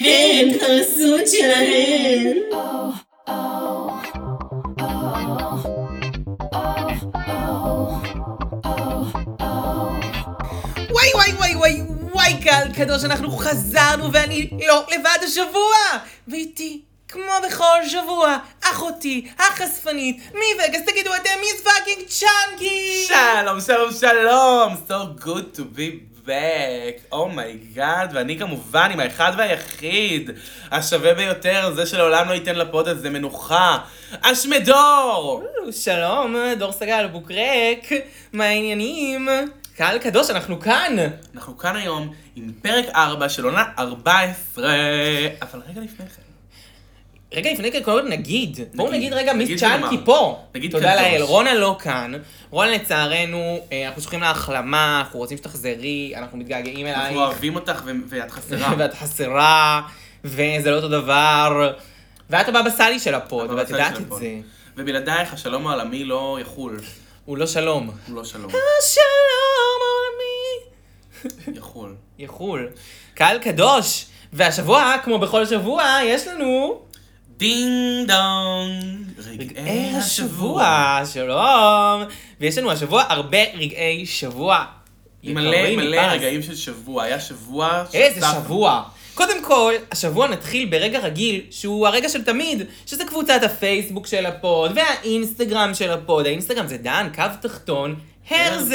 הן הזוג שלהן. וואי וואי וואי וואי וואי קהל קדוש, אנחנו חזרנו ואני לא לבד השבוע! ואיתי, כמו בכל שבוע, אחותי, החשפנית, מווגאס, תגידו אתם, מיס פאקינג צ'אנקי! שלום, שלום, שלום! So good to be back. אומייגאד, oh my God. ואני כמובן עם האחד והיחיד, השווה ביותר, זה שלעולם לא ייתן לפוד הזה מנוחה. אשמדור! שלום, דור סגל בוקרק, מה העניינים? קהל קדוש, אנחנו כאן! אנחנו כאן היום עם פרק 4 של עונה 14, אבל רגע לפני כן. רגע, לפני כן, קודם נגיד, בואו נגיד, נגיד רגע, מיס נגיד ונאמר. צ'אנקי פה. נגיד כן תודה קדוש. לאל, רונה לא כאן. רונה לצערנו, אה, אנחנו שולחים לה החלמה, אנחנו רוצים שתחזרי, אנחנו מתגעגעים אלייך. אנחנו אוהבים אותך ו- ואת חסרה. ואת חסרה, וזה לא אותו דבר. ואת הבבא סאלי של הפוד, ואת יודעת את זה. ובלעדייך השלום העולמי לא יחול. הוא לא שלום. הוא לא שלום, השלום העולמי. יחול. יחול. קהל קדוש. והשבוע, כמו בכל שבוע, יש לנו... דינג דונג, רגעי השבוע. השבוע, שלום. ויש לנו השבוע הרבה רגעי שבוע. מלא יקרים מלא מפז. רגעים של שבוע, היה שבוע... איזה שעשה- שבוע. קודם כל, השבוע נתחיל ברגע רגיל, שהוא הרגע של תמיד, שזה קבוצת הפייסבוק של הפוד, והאינסטגרם של הפוד. האינסטגרם זה דן, קו תחתון, הרזז.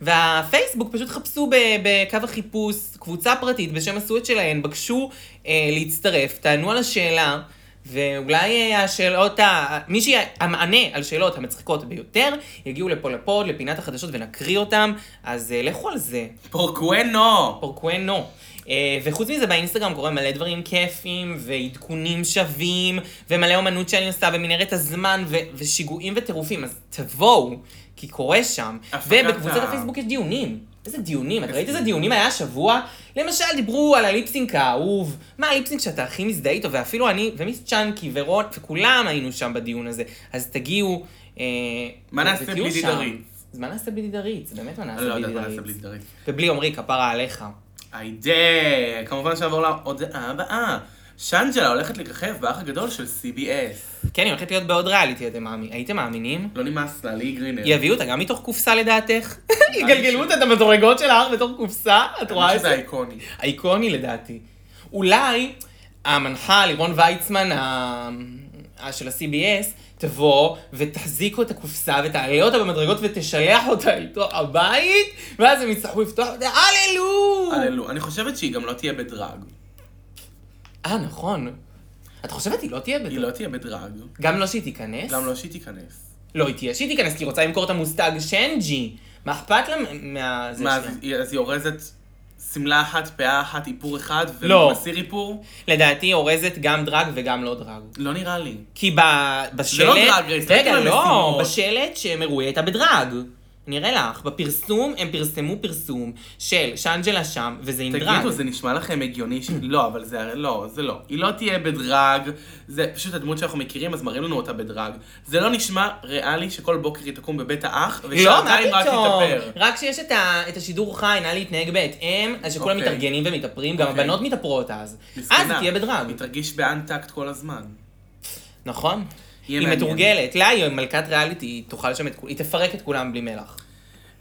והפייסבוק פשוט חפשו ב- בקו החיפוש קבוצה פרטית בשם עשו את שלהן, בקשו אה, להצטרף, תענו על השאלה. ואולי אה, השאלות, ה- מי שהמענה על שאלות המצחיקות ביותר, יגיעו לפה לפוד, לפינת החדשות ונקריא אותם, אז אה, לכו על זה. פורקואנו! פורקואנו. אה, וחוץ מזה באינסטגרם קורה מלא דברים כיפים, ועדכונים שווים, ומלא אומנות שאני עושה, ומנהרת הזמן, ו- ושיגועים וטירופים, אז תבואו, כי קורה שם. הפקת ובקבוצת ה- הפייסבוק יש דיונים. איזה דיונים, את איזה ראית איזה דיונים? דיונים היה השבוע? למשל דיברו על הליפסינק האהוב, מה הליפסינק שאתה הכי מזדהה איתו, ואפילו אני, ומיס צ'אנקי, ורון, וכולם היינו שם בדיון הזה. אז תגיעו, אה, מה נעשה ותהיו בלי שם. דריץ? אז מה נעשה בלי דריץ? באמת מה אני לא נעשה יודעת בלי מה נעשה בלי דריץ? דריץ. ובלי עמרי, כפרה עליך. היידה! כמובן שעבור להודעה הבאה. שאנג'לה הולכת לככב באח הגדול של CBS. כן, היא הולכת להיות בעוד ריאליטי, אתם מאמינים? הייתם מאמינים? לא נמאס לה, לי גרינר. יביאו אותה גם מתוך קופסה לדעתך? כן. יגלגלו אותה את המדרגות של ההר בתוך קופסה? את רואה האמת את שזה זה? איקוני. אייקוני לדעתי. אולי המנחה לירון ויצמן ה- ה- של ה-CBS תבוא ותחזיק את הקופסה ותעלה אותה במדרגות ותשלח אותה איתו הבית, ואז הם יצטרכו לפתוח אותה, הללו! הללו. אני חושבת שהיא גם לא תהיה בדרג. אה, נכון. את חושבת היא לא תהיה היא בזה? לא תהיה בדרג. גם לא שהיא תיכנס? גם לא שהיא תיכנס. לא, היא תהיה שהיא תיכנס, כי היא רוצה למכור את המושג שנג'י. מה אכפת לה מה- מה... זה מה, שלה? אז היא- אז היא אורזת שמלה אחת, פאה אחת, איפור אחד, לא. ומסיר איפור? לדעתי היא אורזת גם דרג וגם לא דרג. לא נראה לי. כי ב... בשלט... לא דרג רייס, רגע, לא לא, משימות. בשלט שהם הראו היא הייתה בדרג. נראה לך, בפרסום הם פרסמו פרסום של שאנג'לה שם, וזה עם דרג. תגידו, זה נשמע לכם הגיוני ש... לא, אבל זה הרי לא, זה לא. היא לא תהיה בדרג, זה פשוט הדמות שאנחנו מכירים, אז מראים לנו אותה בדרג. זה לא נשמע ריאלי שכל בוקר היא תקום בבית האח, לא, מה ושעתיים רק פתאום? אה, תתאפר. רק כשיש את, ה, את השידור חי, נא להתנהג בהתאם, אז שכולם אוקיי. מתארגנים ומתאפרים, גם אוקיי. הבנות מתאפרות אז. מסכנה. אז היא תהיה בדרג. היא תרגיש באנטקט כל הזמן. נכון. יהיה היא מעניין. מתורגלת, לה היא מלכת ריאליטי, היא תאכל שם את כולם, היא תפרק את כולם בלי מלח.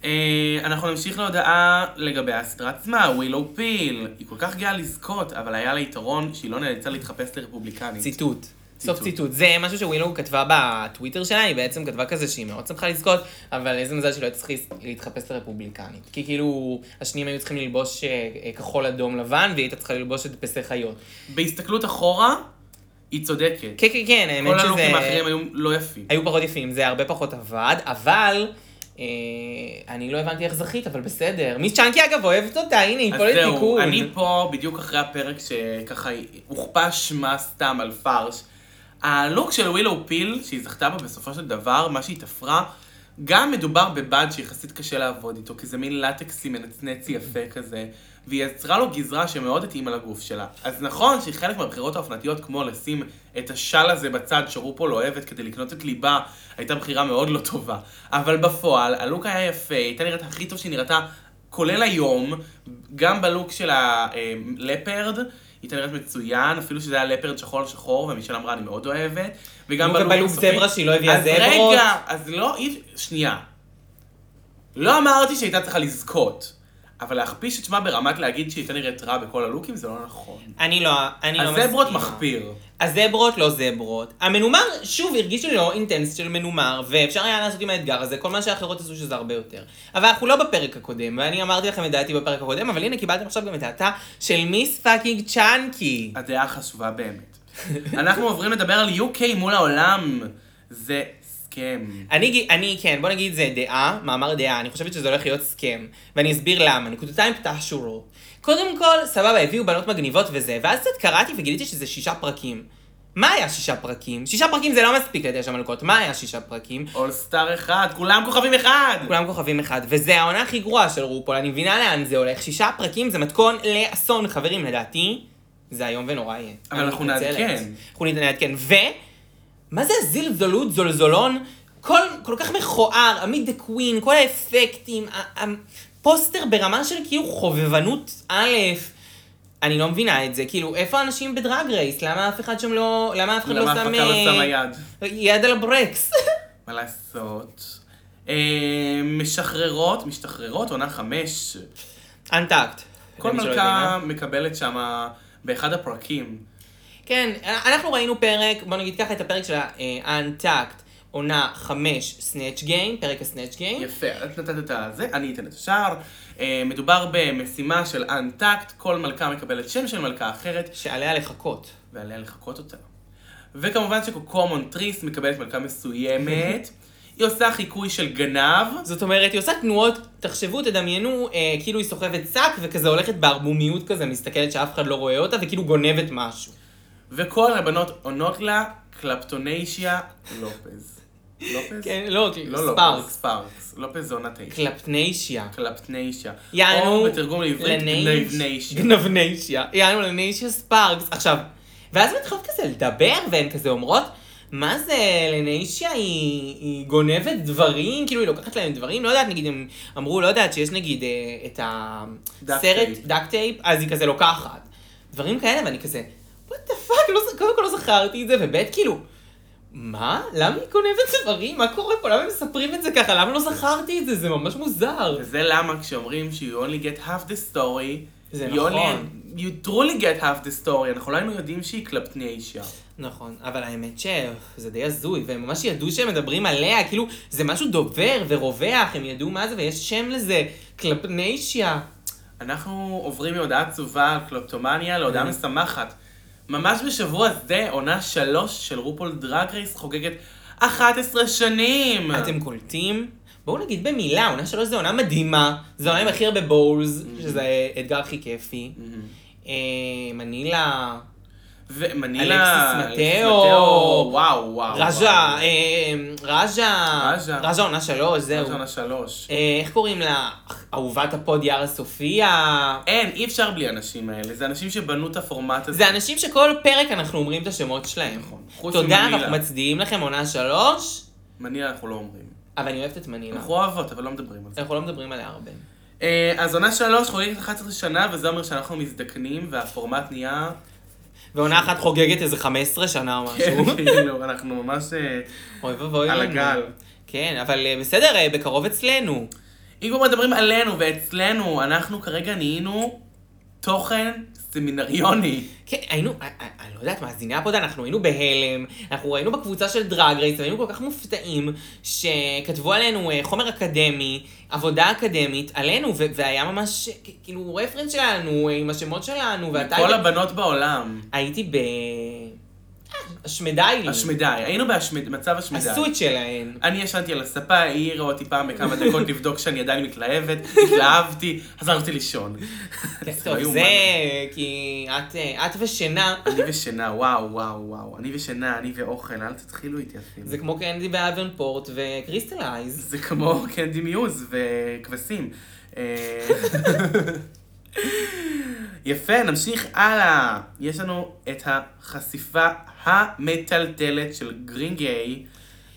אה, אנחנו נמשיך להודעה לגבי הסדרה עצמה, ווילו פיל. היא כל כך גאה לזכות, אבל היה לה יתרון שהיא לא נאלצה להתחפש לרפובליקנית. ציטוט. סוף ציטוט. זה משהו שווילו כתבה בטוויטר שלה, היא בעצם כתבה כזה שהיא מאוד שמחה לזכות, אבל איזה מזל שלא צריכה להתחפש לרפובליקנית. כי כאילו, השניים היו צריכים ללבוש אה, אה, כחול אדום לבן, והיא הייתה צריכה ללבוש הדפסי חיות. בהסתכלות אחורה, היא צודקת. כן, כן, כן, האמת כל שזה... הלוקים האחרים היו לא יפים. היו פחות יפים, זה הרבה פחות עבד, אבל... אה, אני לא הבנתי איך זכית, אבל בסדר. מיס צ'אנקי אגב אוהבת אותה, הנה, היא אז פה זהו, לתיקון. אני פה בדיוק אחרי הפרק שככה הוכפה שמה סתם על פרש. הלוק של ווילו פיל, שהיא זכתה בו בסופו של דבר, מה שהיא תפרה, גם מדובר בבד שיחסית קשה לעבוד איתו, כי זה מין לטקסי מנצנץ יפה כזה, והיא יצרה לו גזרה שמאוד התאימה לגוף שלה. אז נכון שהיא חלק מהבחירות האופנתיות, כמו לשים את השל הזה בצד שרופול אוהבת כדי לקנות את ליבה, הייתה בחירה מאוד לא טובה. אבל בפועל, הלוק היה יפה, היא הייתה נראית הכי טוב שהיא נראתה כולל היום, גם בלוק של הלפרד, היא תנראית מצוין, אפילו שזה היה לפרד שחור על שחור, ומישל אמרה, אני מאוד אוהבת. וגם נו, ובלוק הסופי- זברה שהיא לא הביאה אז זברות. רגע, אז לא, אי- שנייה. לא אמרתי שהייתה צריכה לזכות, אבל להכפיש את שמה ברמת להגיד שהיא הייתה נראית רע בכל הלוקים זה לא נכון. אני לא, אני לא הזברות מסכימה. מחפיר. הזברות לא זברות. המנומר, שוב, הרגיש לי לא אינטנס של מנומר, ואפשר היה לעשות עם האתגר הזה כל מה שהאחרות עשו שזה הרבה יותר. אבל אנחנו לא בפרק הקודם, ואני אמרתי לכם את דעתי בפרק הקודם, אבל הנה קיבלתם עכשיו גם את דעתה של מיס פאקינג צ'אנקי. הדעה החשובה באמת. אנחנו עוברים לדבר על UK מול העולם. זה סכם. אני, גי- אני, כן, בוא נגיד זה דעה, מאמר דעה, אני חושבת שזה הולך להיות סכם, ואני אסביר למה, נקודתיים פתח שורות. קודם כל, סבבה, הביאו בנות מגניבות וזה, ואז קצת קראתי וגיליתי שזה שישה פרקים. מה היה שישה פרקים? שישה פרקים זה לא מספיק לתשע מלכות, מה היה שישה פרקים? אולסטאר אחד, כולם כוכבים אחד! כולם כוכבים אחד, וזה העונה הכי גרועה של רופול, אני מבינה לאן זה הולך, שישה פרקים זה מתכון לאסון, חברים, לדעתי, זה איום ונורא יהיה. אבל אני אנחנו מתנצלת. נעדכן. אנחנו נעדכן, ו... מה זה הזלזלות, זולזולון? כל, כל כך מכוער, עמית דה קווין, כל האפקטים, ה- ה- פוסטר ברמה של כאילו חובבנות א', אני לא מבינה את זה, כאילו, איפה האנשים בדרג רייס? למה אף אחד שם לא... למה אף אחד לא למה שם... ההפקה לא אה, שמה יד? יד על הברקס. מה לעשות? אה, משחררות, משתחררות, עונה חמש. אנטקט. כל למי שלא הבינה. מלכה מקבלת שמה באחד הפרקים. כן, אנחנו ראינו פרק, בוא נגיד ככה, את הפרק של ה-untact, עונה 5, סנאצ' גיים, פרק הסנאצ' גיים. יפה, את נתת את הזה, אני אתן את השאר. אה, מדובר במשימה של אנטקט, כל מלכה מקבלת שם של מלכה אחרת, שעליה לחכות. ועליה לחקות אותה. וכמובן שקוקו מונטריס מקבלת מלכה מסוימת. היא עושה חיקוי של גנב, זאת אומרת, היא עושה תנועות, תחשבו, תדמיינו, אה, כאילו היא סוחבת שק וכזה הולכת בערמומיות כזה, מסתכלת שאף אחד לא רואה אותה, וכאילו גונבת משהו. וכל הבנות עונות לה קלפטוניישיה לופז. לופז? כן, לא, לא לופז, ספארקס. ספארקס. לופז זונה תשע. קלפניישיה. קלפטניישיה. יענו, או בתרגום לעברית לנייש- גנבניישיה. גנבניישיה. יענו לניישיה ספארקס. עכשיו, ואז הן מתחילות כזה לדבר, והן כזה אומרות, מה זה, לניישיה היא, היא גונבת דברים, כאילו היא לוקחת להם דברים, לא יודעת, נגיד הם אמרו, לא יודעת, שיש נגיד אה, את דאקט הסרט, טייפ. דאק טייפ, אז היא כזה לוקחת. דברים כאלה, ואני כזה, what the fuck, לא, ז- קודם כל לא זכרתי את זה, וב' כאילו, מה? למה היא גונבת דברים? מה קורה פה? למה הם מספרים את זה ככה? למה לא זכרתי את זה? זה ממש מוזר. וזה למה כשאומרים ש- you only get half the story, זה you נכון. only- you truly get half the story, אנחנו לא היינו יודעים שהיא קלפטניישיה. נכון, אבל האמת שזה די הזוי, והם ממש ידעו שהם מדברים עליה, כאילו, זה משהו דובר ורווח, הם ידעו מה זה, ויש שם לזה, קלפניישיה. אנחנו עוברים מהודעה עצובה על קלופטומניה להודעה Mhm. משמחת. ממש בשבוע זה, עונה שלוש של רופול דרג רייס חוגגת 11 שנים! אתם קולטים? בואו נגיד במילה, עונה שלוש זו עונה מדהימה, זו עונה עם הכי הרבה בולס, Mm-hmm. שזה האתגר הכי כיפי. אה, מנילה, ומנילה... אלכסיס אלכסיס מתאו. וואו, וואו. רג'ה, אה, רג'ה, רג'ה. רג'ה עונה שלוש, זהו. זהו. עונה שלוש. אה, איך קוראים לה? אהובת הפוד יארה סופיה. אין, אי אפשר בלי האנשים האלה. זה אנשים שבנו את הפורמט הזה. זה אנשים שכל פרק אנחנו אומרים את השמות שלהם. נכון. חוץ תודה, ממנילה. אנחנו מצדיעים לכם עונה שלוש, מנילה אנחנו לא אומרים. אבל אני אוהבת את מנילה. אנחנו אוהבות, אבל לא מדברים על זה. אנחנו לא מדברים עליה הרבה. אה, אז עונה שלוש חוגגת 11 שנה, וזה אומר שאנחנו מזדקנים, והפורמט נהיה... ועונה אחת חוגגת איזה 15 שנה או משהו. כן, כאילו, אנחנו ממש... אה, אוי ואבוי. על לנו. הגל. כן, אבל אה, בסדר, אה, בקרוב אצלנו. אם כבר מדברים עלינו ואצלנו, אנחנו כרגע נהיינו תוכן סמינריוני. כן, היינו, אה, אה, אני לא יודעת, מאזיני הפוד, אנחנו היינו בהלם, אנחנו היינו בקבוצה של דרג רייס, והיינו כל כך מופתעים, שכתבו עלינו אה, חומר אקדמי, עבודה אקדמית, עלינו, ו- והיה ממש, אה, כ- כאילו, רפרנס שלנו, אה, עם השמות שלנו, ואתה... כל היית- הבנות בעולם. הייתי ב... השמדאי. השמדי, היינו במצב השמדי. עשו את שלהן. אני ישנתי על הספה, היא העירה אותי פעם בכמה דקות לבדוק שאני עדיין מתלהבת, התלהבתי, חזרתי לישון. כן, לא טוב, יאומן. זה כי את, אה, את ושינה, אני ושינה, וואו, וואו, וואו. אני ושינה, אני ואוכל, אל תתחילו איתי אפילו. זה כמו קנדי באבנפורט וקריסטלייז. זה כמו קנדי מיוז וכבשים. אה, יפה, נמשיך הלאה. יש לנו את החשיפה המטלטלת של גרינגיי,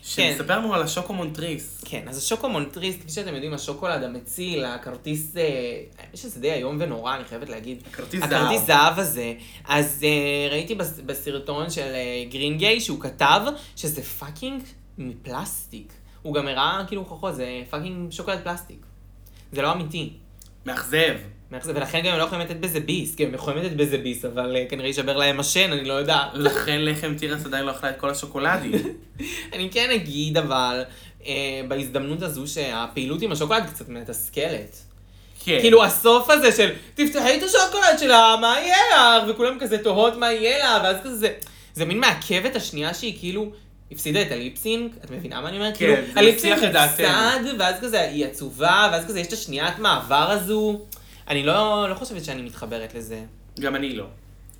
שנספר לנו על השוקו מונטריס. כן, אז השוקו מונטריס, כפי שאתם יודעים, השוקולד המציל, הכרטיס, אה, האמת שזה די איום ונורא, אני חייבת להגיד. הכרטיס הכרטיס זהב. זהב הזה. אז אה, ראיתי בס- בסרטון של אה, גרינגיי שהוא כתב שזה פאקינג מפלסטיק. הוא גם הראה כאילו הוכחות, זה פאקינג שוקולד פלסטיק. זה לא אמיתי. מאכזב. מאכזב, ולכן גם הם לא יכולים לתת בזה ביס, כי הם יכולים לתת בזה ביס, אבל אה, כנראה יישבר להם השן, אני לא יודעת. לכן לחם תירס עדיין לא אכלה את כל השוקולדים. אני כן אגיד, אבל אה, בהזדמנות הזו שהפעילות עם השוקולד קצת מתסכלת. כן. כאילו הסוף הזה של תפתחי את השוקולד שלה, מה יהיה לך? וכולם כזה תוהות מה יהיה לה, ואז כזה זה... זה מין מעכבת השנייה שהיא כאילו הפסידה את הליפסינג, את מבינה מה אני אומרת? כן, כאילו, זה הליפסינג מסיח את דעתנו. צד, ואז כזה היא עצובה, ואז כזה יש את השניית מעבר הזו. אני לא, לא חושבת שאני מתחברת לזה. גם אני לא.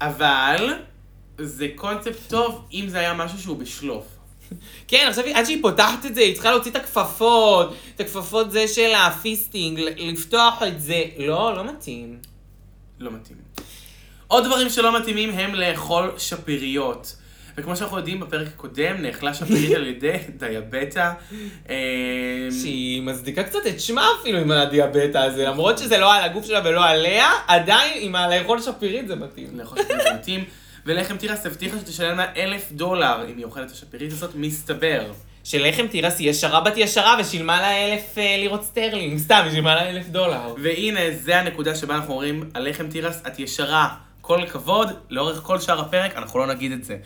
אבל זה קונספט טוב אם זה היה משהו שהוא בשלוף. כן, עכשיו היא- עד שהיא פותחת את זה, היא צריכה להוציא את הכפפות, את הכפפות זה של הפיסטינג, ל- לפתוח את זה. לא, לא מתאים. לא מתאים. עוד דברים שלא מתאימים הם לאכול שפיריות. וכמו שאנחנו יודעים בפרק הקודם, נאכלה שפירית על ידי דיאבטה. אה, שהיא מצדיקה קצת את שמה אפילו עם הדיאבטה הזה, למרות שזה לא על הגוף שלה ולא עליה, עדיין עם הלאכול שפירית זה מתאים. לאכול שפירית זה מתאים. ולחם תירס הבטיחה שתשלם לה אלף דולר אם היא אוכלת את השפירית הזאת, מסתבר. שלחם תירס היא ישרה בת ישרה ושילמה לה אלף אה, לירות סטרלינג, סתם, היא שילמה לה אלף דולר. והנה, זה הנקודה שבה אנחנו אומרים, הלחם תירס, את ישרה. כל הכבוד, לאורך כל שאר הפרק, אנחנו לא נגיד את זה.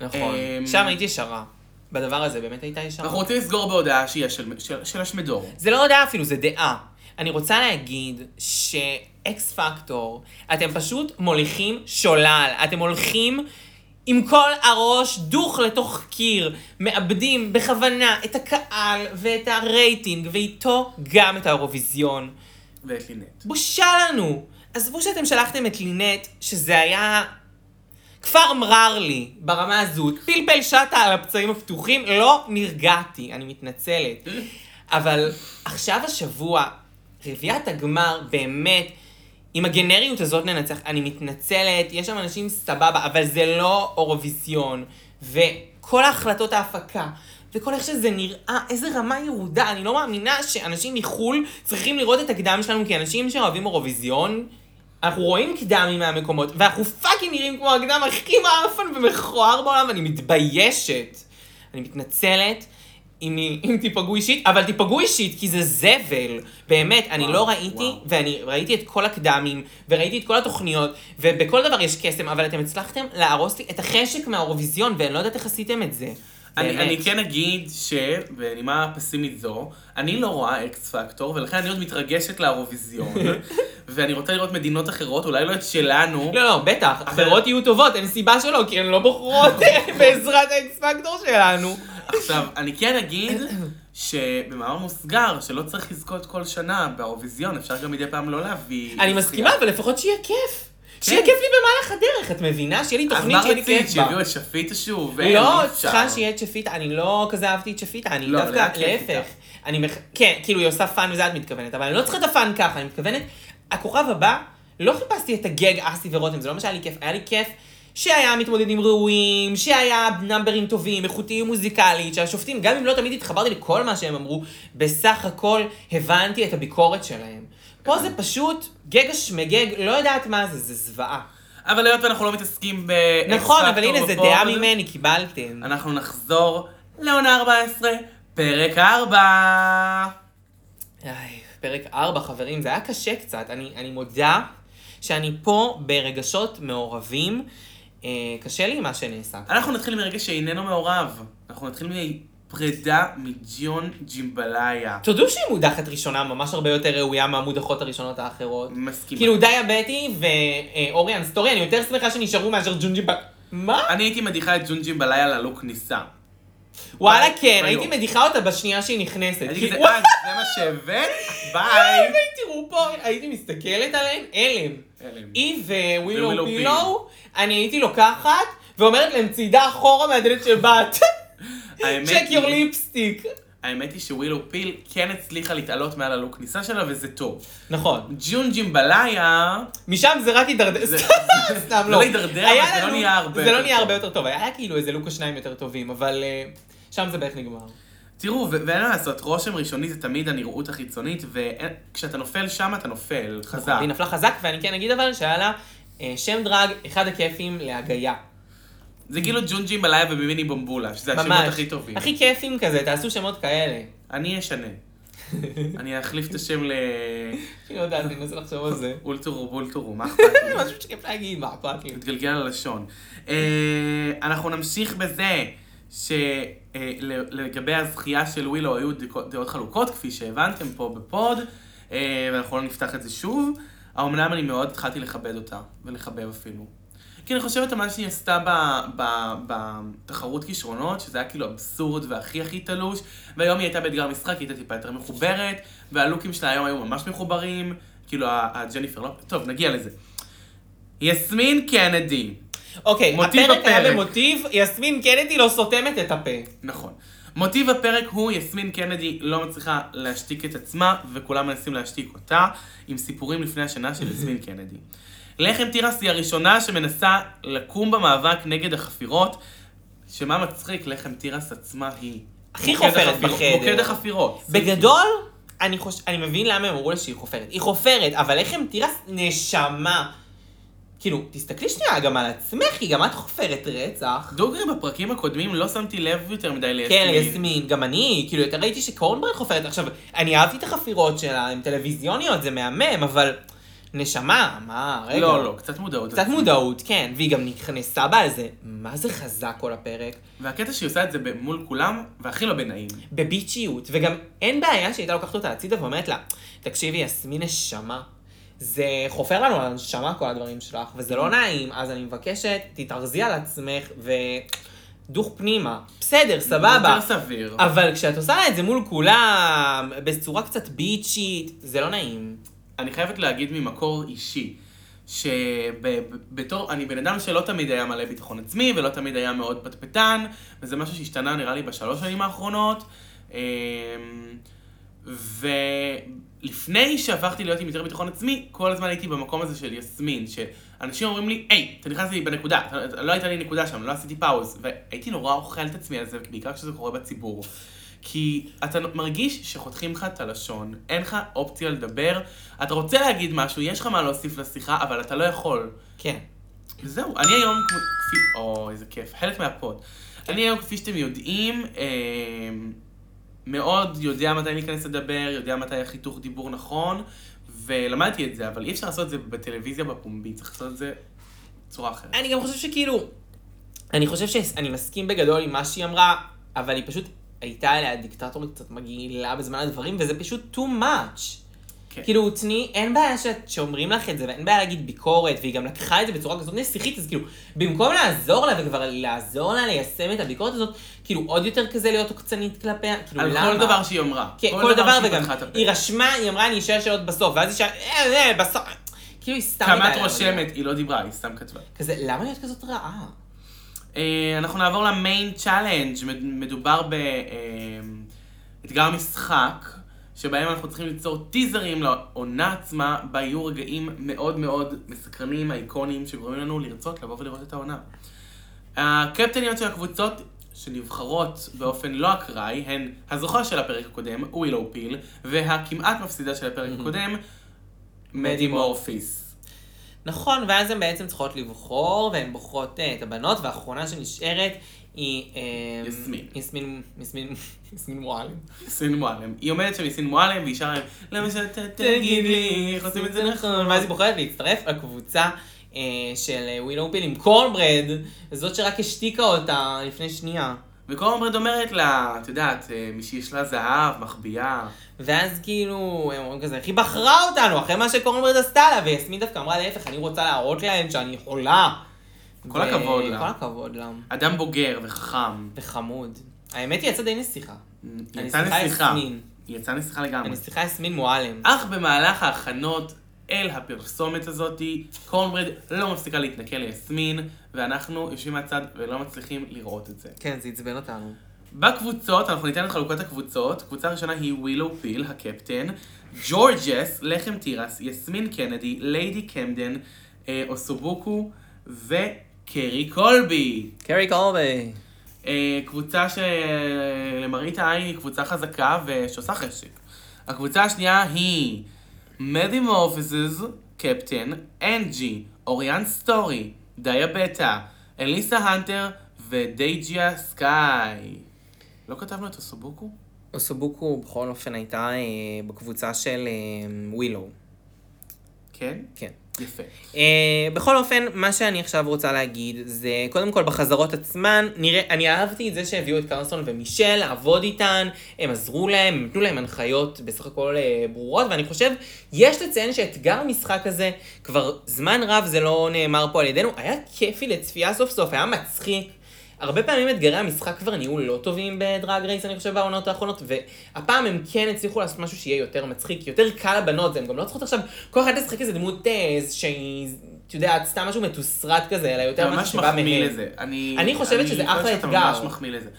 נכון. אמ, שם היית ישרה. בדבר הזה באמת הייתה ישרה. אנחנו רוצים לסגור בהודעה שהיא השל- של- של השמדור. זה לא הודעה אפילו, זה דעה. אני רוצה להגיד שאקס פקטור, אתם פשוט מוליכים שולל. אתם הולכים עם כל הראש דוך לתוך קיר, מאבדים בכוונה את הקהל ואת הרייטינג, ואיתו גם את האירוויזיון. ואת לינט. בושה לנו! עזבו שאתם שלחתם את לינט, שזה היה... כפר מררלי, ברמה הזו, פלפל שטה על הפצעים הפתוחים, לא נרגעתי, אני מתנצלת. אבל עכשיו השבוע, רביעיית הגמר, באמת, עם הגנריות הזאת ננצח, אני מתנצלת, יש שם אנשים סבבה, אבל זה לא אירוויזיון, וכל ההחלטות ההפקה, וכל איך שזה נראה, איזה רמה ירודה, אני לא מאמינה שאנשים מחו"ל צריכים לראות את הקדם שלנו, כי אנשים שאוהבים אירוויזיון, אנחנו רואים קדמים מהמקומות, ואנחנו פאקינג נראים כמו הקדם הכי מעפן ומכוער בעולם, ואני מתביישת. אני מתנצלת. אם, אם תיפגעו אישית, אבל תיפגעו אישית, כי זה זבל. באמת, אני וואו, לא ראיתי, וואו. ואני ראיתי את כל הקדמים, וראיתי את כל התוכניות, ובכל דבר יש קסם, אבל אתם הצלחתם להרוס לי את החשק מהאירוויזיון, ואני לא יודעת איך עשיתם את זה. אני, באמת. אני כן אגיד שבנימה פסימית זו, אני לא רואה אקס פקטור, ולכן אני עוד מתרגשת לאירוויזיון, ואני רוצה לראות מדינות אחרות, אולי לא את שלנו. לא, לא, בטח, אחרות יהיו טובות, אין סיבה שלא, כי הן לא בוחרות בעזרת האקס פקטור שלנו. עכשיו, אני כן אגיד שבמאמר מוסגר, שלא צריך לזכות כל שנה באירוויזיון, אפשר גם מדי פעם לא להביא... אני מסכימה, אבל לפחות שיהיה כיף. שיהיה כן. כיף לי במהלך הדרך, את מבינה? שיהיה לי אז תוכנית מה שיהיה לי רצית, כיף בה. שיביאו את שפיטה שוב? אין, לא, אי אפשר. צריכה שיהיה את שפיטה, אני לא כזה אהבתי את שפיטה, אני לא, אבל היה דווקא, כיף להפך. איתה. אני מח... כן, כאילו היא עושה פאן וזה את מתכוונת, אבל אני לא צריכה את הפאן ככה, אני מתכוונת, הכוכב הבא, לא חיפשתי את הגג אסי ורותם, זה לא מה שהיה לי כיף, היה לי כיף שהיה מתמודדים ראויים, שהיה נאמברים טובים, איכותיים מוזיקלית, שהשופטים, גם אם לא תמיד התחברתי לכל מה שהם אמרו, בסך הכל הבנתי את הביקורת שלהם. פה זה פשוט גג השמגג, לא יודעת מה זה, זה זוועה. אבל היות ואנחנו לא מתעסקים באקס פקטור נכון, אבל הנה זה דעה בפוד, ממני, קיבלתם. אנחנו נחזור לעונה 14, פרק 4. איי, פרק 4, חברים, זה היה קשה קצת. אני, אני מודה שאני פה ברגשות מעורבים. אה, קשה לי עם מה שנעשה. אנחנו נתחיל מרגע שאיננו מעורב. אנחנו נתחיל מפרידה מג'ון ג'ימבליה. תודו שהיא מודחת ראשונה ממש הרבה יותר ראויה מהמודחות הראשונות האחרות. מסכימה. כאילו דיה בטי ואוריאן סטורי, אני יותר שמחה שנשארו מאשר ג'ונג'י ב... מה? אני הייתי מדיחה את ג'ון ג'ימבליה ללא כניסה. וואלה ביי, כן, ביי, הייתי ביי. מדיחה אותה בשנייה שהיא נכנסת. הייתי כי- כזה, וואי, אה, זה מה שהבאת? ביי. תראו פה, הייתי מסתכלת עליהם, הלם. הלם. היא ווילו ווילו פילו. פילו, אני הייתי לוקחת ואומרת להם צידה אחורה מהדלת של בת. האמת צ'ק יור היא- ליפסטיק. האמת היא שווילו פיל כן הצליחה להתעלות מעל הלא כניסה שלה, וזה טוב. נכון. ג'ון ג'ימבליה... משם זה רק הידרדר, זה- סתם, סתם, לא. לא הידרדר, אבל היה זה לא לנו- נהיה הרבה זה לא יותר נהיה הרבה טוב. יותר טוב. היה כאילו איזה לוק או שניים יותר טובים, אבל אה, שם זה בערך נגמר. תראו, ו- ואין מה לעשות, רושם ראשוני זה תמיד הנראות החיצונית, וכשאתה נופל שם אתה נופל, חזק. היא נפלה חזק, ואני כן אגיד אבל שהיה לה אה, שם דרג, אחד הכיפים להגייה. זה כאילו ג'ונג'י מלאיה ומיני בומבולה, שזה השמות ממש. הכי טובים. הכי כיפים כזה, תעשו שמות כאלה. אני אשנה. אני אחליף את השם אני לא יודעת, אני מנסה לחשוב על זה. לאולטורו בולטורו, מה אכפת לי? משהו שכיף להגיד, מה אכפת לי? מתגלגל על הלשון. אה, אנחנו נמשיך בזה שלגבי הזכייה של ווילו היו דקו- דעות חלוקות, כפי שהבנתם פה בפוד, אה, ואנחנו לא נפתח את זה שוב. האומנם אני מאוד התחלתי לכבד אותה, ולחבב אפילו. כי אני חושבת על מה שהיא עשתה ב- ב- בתחרות כישרונות, שזה היה כאילו אבסורד והכי הכי תלוש, והיום היא הייתה באתגר משחק, היא הייתה טיפה יותר מחוברת, והלוקים שלה היום היו ממש מחוברים, כאילו ה- הג'ניפר לא... טוב, נגיע לזה. יסמין קנדי. אוקיי, מוטיב הפרק היה הפרק. במוטיב, יסמין קנדי לא סותמת את הפה. נכון. מוטיב הפרק הוא יסמין קנדי לא מצליחה להשתיק את עצמה, וכולם מנסים להשתיק אותה, עם סיפורים לפני השנה של יסמין קנדי. לחם תירס היא הראשונה שמנסה לקום במאבק נגד החפירות, שמה מצחיק, לחם תירס עצמה היא... הכי מוקד חופרת החפיר- בחדר. מוקד החפירות. בגדול, אני, חוש... אני מבין למה הם אמרו לה שהיא חופרת. היא חופרת, אבל איך הם תירס נשמה? כאילו, תסתכלי שנייה גם על עצמך, כי גם את חופרת רצח. דוגרי בפרקים הקודמים לא שמתי לב יותר מדי ליסמין. כן, יסמין, גם אני, כאילו, יותר ראיתי שקורנברד חופרת. עכשיו, אני אהבתי את החפירות שלה, הן טלוויזיוניות, זה מהמם, אבל... נשמה, מה, רגע. לא, לא, קצת מודעות. קצת עצמית. מודעות, כן, והיא גם נכנסה בה על זה. מה זה חזק כל הפרק? והקטע שהיא עושה את זה מול כולם, והכי לא בנעים. בביצ'יות, וגם אין בעיה שהיא הייתה לוקחת אותה הצידה ואומרת לה, תקשיבי, יסמין נשמה. זה חופר לנו על הנשמה כל הדברים שלך, וזה לא נעים, אז אני מבקשת, תתארזי על עצמך ודוך פנימה. בסדר, סבבה. יותר סביר. אבל כשאת עושה את זה מול כולם, בצורה קצת ביצ'ית, זה לא נעים. אני חייבת להגיד ממקור אישי, שבתור, אני בן אדם שלא תמיד היה מלא ביטחון עצמי, ולא תמיד היה מאוד פטפטן, וזה משהו שהשתנה נראה לי בשלוש שנים האחרונות. אמ, ולפני שהפכתי להיות עם יותר ביטחון עצמי, כל הזמן הייתי במקום הזה של יסמין, שאנשים אומרים לי, היי, אתה נכנס לי בנקודה, אתה- אתה- לא הייתה לי נקודה שם, לא עשיתי פאוז, והייתי נורא אוכל את עצמי על זה, בעיקר כשזה קורה בציבור. כי אתה מרגיש שחותכים לך את הלשון, אין לך אופציה לדבר, אתה רוצה להגיד משהו, יש לך מה להוסיף לשיחה, אבל אתה לא יכול. כן. וזהו, אני היום כמו- כפי... או, איזה כיף, חלק מהפוד. אני היום, כפי שאתם יודעים, אה, מאוד יודע מתי להיכנס לדבר, יודע מתי החיתוך דיבור נכון, ולמדתי את זה, אבל אי אפשר לעשות את זה בטלוויזיה בפומבי, צריך לעשות את זה בצורה אחרת. אני גם חושב שכאילו, אני חושב שאני מסכים בגדול עם מה שהיא אמרה, אבל היא פשוט הייתה עליה דיקטטורית קצת מגעילה בזמן הדברים, וזה פשוט too much. כן. כאילו, תני, אין בעיה שאת, שאומרים לך את זה, ואין בעיה להגיד ביקורת, והיא גם לקחה את זה בצורה כזאת נסיכית, אז כאילו, במקום לעזור לה וכבר לעזור לה ליישם את הביקורת הזאת, כאילו, עוד יותר כזה להיות עוקצנית כלפיה, כאילו, על למה? כל דבר שהיא אמרה. כן, כל דבר, שהיא וגם פתחה את הפה. היא רשמה, היא אמרה, אני אשאל שאלות בסוף, ואז היא שאלה, אה, אה, בסוף, כאילו, היא סתם... כמה את הייתה- רושמת, היא לא דיברה, היא סתם כתבה. כזה, למה להיות כזאת רעה? אה, אנחנו נעבור למיין צ'אלנג', מד- מדובר באתגר משחק, שבהם אנחנו צריכים ליצור טיזרים לעונה עצמה, בה יהיו רגעים מאוד מאוד מסקרנים, אייקונים, שגורמים לנו לרצות לבוא ולראות את העונה. הקפטניות של הקבוצות שנבחרות באופן לא אקראי הן הזוכה של הפרק הקודם, ווילאו פיל, והכמעט מפסידה של הפרק הקודם, מדי מורפיס. נכון, ואז הן בעצם צריכות לבחור, והן בוחרות אה, את הבנות, והאחרונה שנשארת היא... אה, יסמין. יסמין, יסמין, יסמין מועלם. סין מועלם. היא עומדת שם עם סין מועלם, והיא שרה להם, למה שאתה תגיד לי, איך עושים את זה נכון. ואז היא בוחרת להצטרף לקבוצה אה, של ווילאו פיל עם קורנברד, זאת שרק השתיקה אותה לפני שנייה. וקורנברד אומרת לה, את יודעת, אה, מי שיש לה זהב, מחביאה. ואז כאילו, הם אומרים כזה, איך היא בחרה אותנו, אחרי מה שקורנברד עשתה לה, ויסמין דווקא אמרה להפך, אני רוצה להראות להם שאני יכולה. כל הכבוד לה. כל הכבוד לה. אדם בוגר וחכם. וחמוד. האמת היא יצאה די נסיכה. היא אני יצאה שיחה נסיכה. יסמין. היא יצאה נסיכה לגמרי. אני שיחה יסמין מועלם. אך במהלך ההכנות אל הפרסומת הזאתי, קורנברד לא מפסיקה להתנכל ליסמין, ואנחנו יושבים מהצד ולא מצליחים לראות את זה. כן, זה עצבן אותנו. בקבוצות, אנחנו ניתן את חלוקת הקבוצות. קבוצה ראשונה היא ווילו פיל, הקפטן, ג'ורג'ס, לחם תירס, יסמין קנדי, ליידי קמדן, אה, אוסובוקו וקרי קולבי. קרי קולבי. אה, קבוצה שלמראית העין היא קבוצה חזקה ושעושה חשק. הקבוצה השנייה היא מדים אופיסס, קפטן, אנג'י, אוריאן סטורי, דיה בטה, אליסה הנטר ודייג'יה סקאי. לא כתבנו את הסובוקו? אוסובוקו בכל אופן הייתה אה, בקבוצה של אה, ווילאו. כן? כן. יפה. אה, בכל אופן, מה שאני עכשיו רוצה להגיד זה, קודם כל בחזרות עצמן, נראה, אני אהבתי את זה שהביאו את קרסון ומישל לעבוד איתן, הם עזרו להם, הם נתנו להם הנחיות בסך הכל אה, ברורות, ואני חושב, יש לציין שאתגר המשחק הזה, כבר זמן רב זה לא נאמר פה על ידינו, היה כיפי לצפייה סוף סוף, היה מצחיק. הרבה פעמים אתגרי המשחק כבר נהיו לא טובים בדרג רייס, אני חושב, בעונות האחרונות, והפעם הם כן הצליחו לעשות משהו שיהיה יותר מצחיק, יותר קל לבנות, הם גם לא צריכות עכשיו כל אחת לשחק איזה דמות אה, שהיא, את יודעת, סתם משהו מתוסרט כזה, אלא יותר אתה משהו ממש שבא מהם. מחמיא לזה. אני, אני חושבת שזה חושב אחלה שאתה אתגר. ממש מחמיא לזה.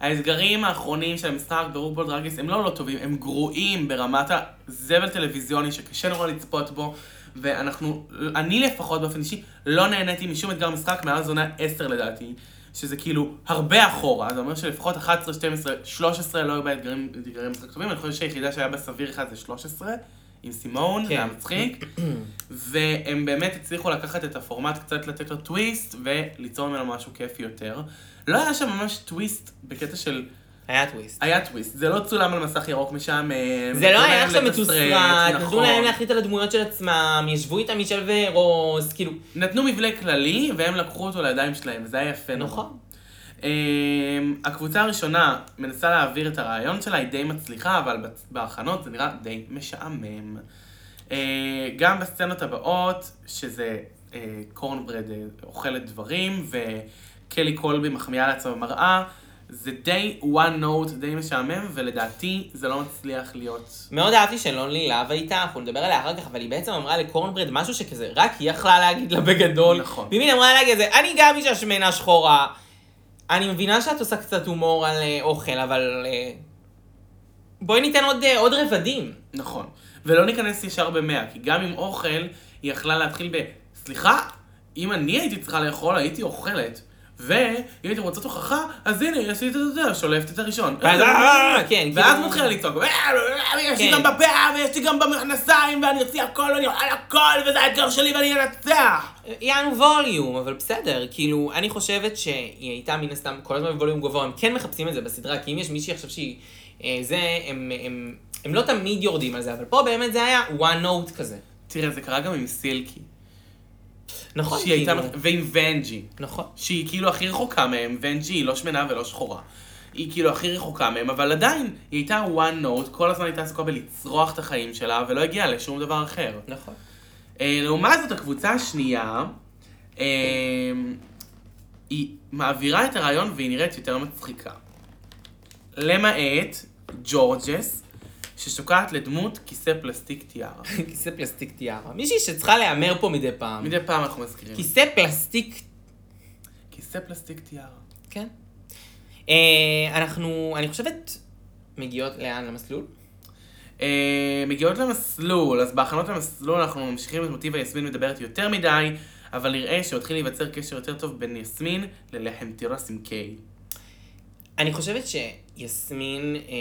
האתגרים האחרונים של המשחק ברובול דרגיס הם לא לא טובים, הם גרועים ברמת הזבל טלוויזיוני שקשה נורא לצפות בו, ואנחנו, אני לפחות באופן אישי, לא נהניתי משום אתגר משחק מאז עונה 10 לדעתי, שזה כאילו הרבה אחורה, זה אומר שלפחות 11, 12, 13 לא היו בה אתגרים, אתגרים משחק טובים, אני חושב שהיחידה שהיה בה סביר אחד זה 13, עם סימון, זה כן. היה מצחיק. והם באמת הצליחו לקחת את הפורמט, קצת לתת לו טוויסט, וליצור ממנו משהו כיפי יותר. לא היה שם ממש טוויסט בקטע של... היה טוויסט. היה טוויסט, זה לא צולם על מסך ירוק משעמם. זה לא נתנו היה להם עכשיו לתסרט, מתוסרט, נתנו נכון. להם להחליט על הדמויות של עצמם, ישבו איתם מישל ורוס, כאילו, נתנו מבנה כללי, והם לקחו אותו לידיים שלהם, זה היה יפה. נורא. נכון. אמ, הקבוצה הראשונה מנסה להעביר את הרעיון שלה, היא די מצליחה, אבל בצ- בהכנות זה נראה די משעמם. אה, גם בסצנות הבאות, שזה אה, קורנברד אה, אוכלת דברים, וקלי קולבי מחמיאה לעצמה במראה, זה די one note, די משעמם, ולדעתי זה לא מצליח להיות... מאוד אהבתי שלונלי להב הייתה, אנחנו נדבר עליה אחר כך, אבל היא בעצם אמרה לקורנברד משהו שכזה, רק היא יכלה להגיד לה בגדול. נכון. מימין אמרה לה כזה, אני גם אישה שמנה שחורה. אני מבינה שאת עושה קצת הומור על אה, אוכל, אבל... אה, בואי ניתן עוד, אה, עוד רבדים. נכון. ולא ניכנס ישר במאה, כי גם עם אוכל, היא יכלה להתחיל ב... סליחה, אם אני הייתי צריכה לאכול, הייתי אוכלת. ואם הייתם רוצות הוכחה, אז הנה, יש לי את זה, שולפת את הראשון. ואז, "אה, כן, ואז כאילו- מתחילה לצעוק, "אה, אה, יש לי כן. גם בפה, ויש לי גם במכנסיים, ואני אוציא הכל, ואני אוכל הכל, וזה האתגר שלי ואני אנצח. יענו ווליום, אבל בסדר, כאילו, אני חושבת שהיא הייתה מן הסתם כל הזמן בווליום גבוה, הם כן מחפשים את זה בסדרה, כי אם יש מישהי עכשיו שהיא... אה, זה, הם, הם, הם לא תמיד יורדים על זה, אבל פה באמת זה היה one note כזה. תראה, זה קרה גם עם סילקי. נכון, שהיא הייתה... כאילו. ועם ונג'י. נכון. שהיא כאילו הכי רחוקה מהם, ונג'י היא לא שמנה ולא שחורה. היא כאילו הכי רחוקה מהם, אבל עדיין, היא הייתה one note, כל הזמן הייתה עסוקה בלצרוח את החיים שלה, ולא הגיעה לשום דבר אחר. נכון. אה, לעומת זאת, הקבוצה השנייה, אה, היא מעבירה את הרעיון והיא נראית יותר מצחיקה. למעט ג'ורג'ס, ששוקעת לדמות כיסא פלסטיק טיארה. כיסא פלסטיק טיארה. מישהי שצריכה להמר פה מדי פעם. מדי פעם אנחנו מזכירים. כיסא פלסטיק, כיסא פלסטיק טיארה. כן. אה, אנחנו, אני חושבת, מגיעות לאן? למסלול? אה, מגיעות למסלול, אז בהכנות למסלול אנחנו ממשיכים את מוטיב היסמין מדברת יותר מדי, אבל נראה שהתחיל להיווצר קשר יותר טוב בין יסמין ללחם תירס עם קיי. אני חושבת שיסמין, אה,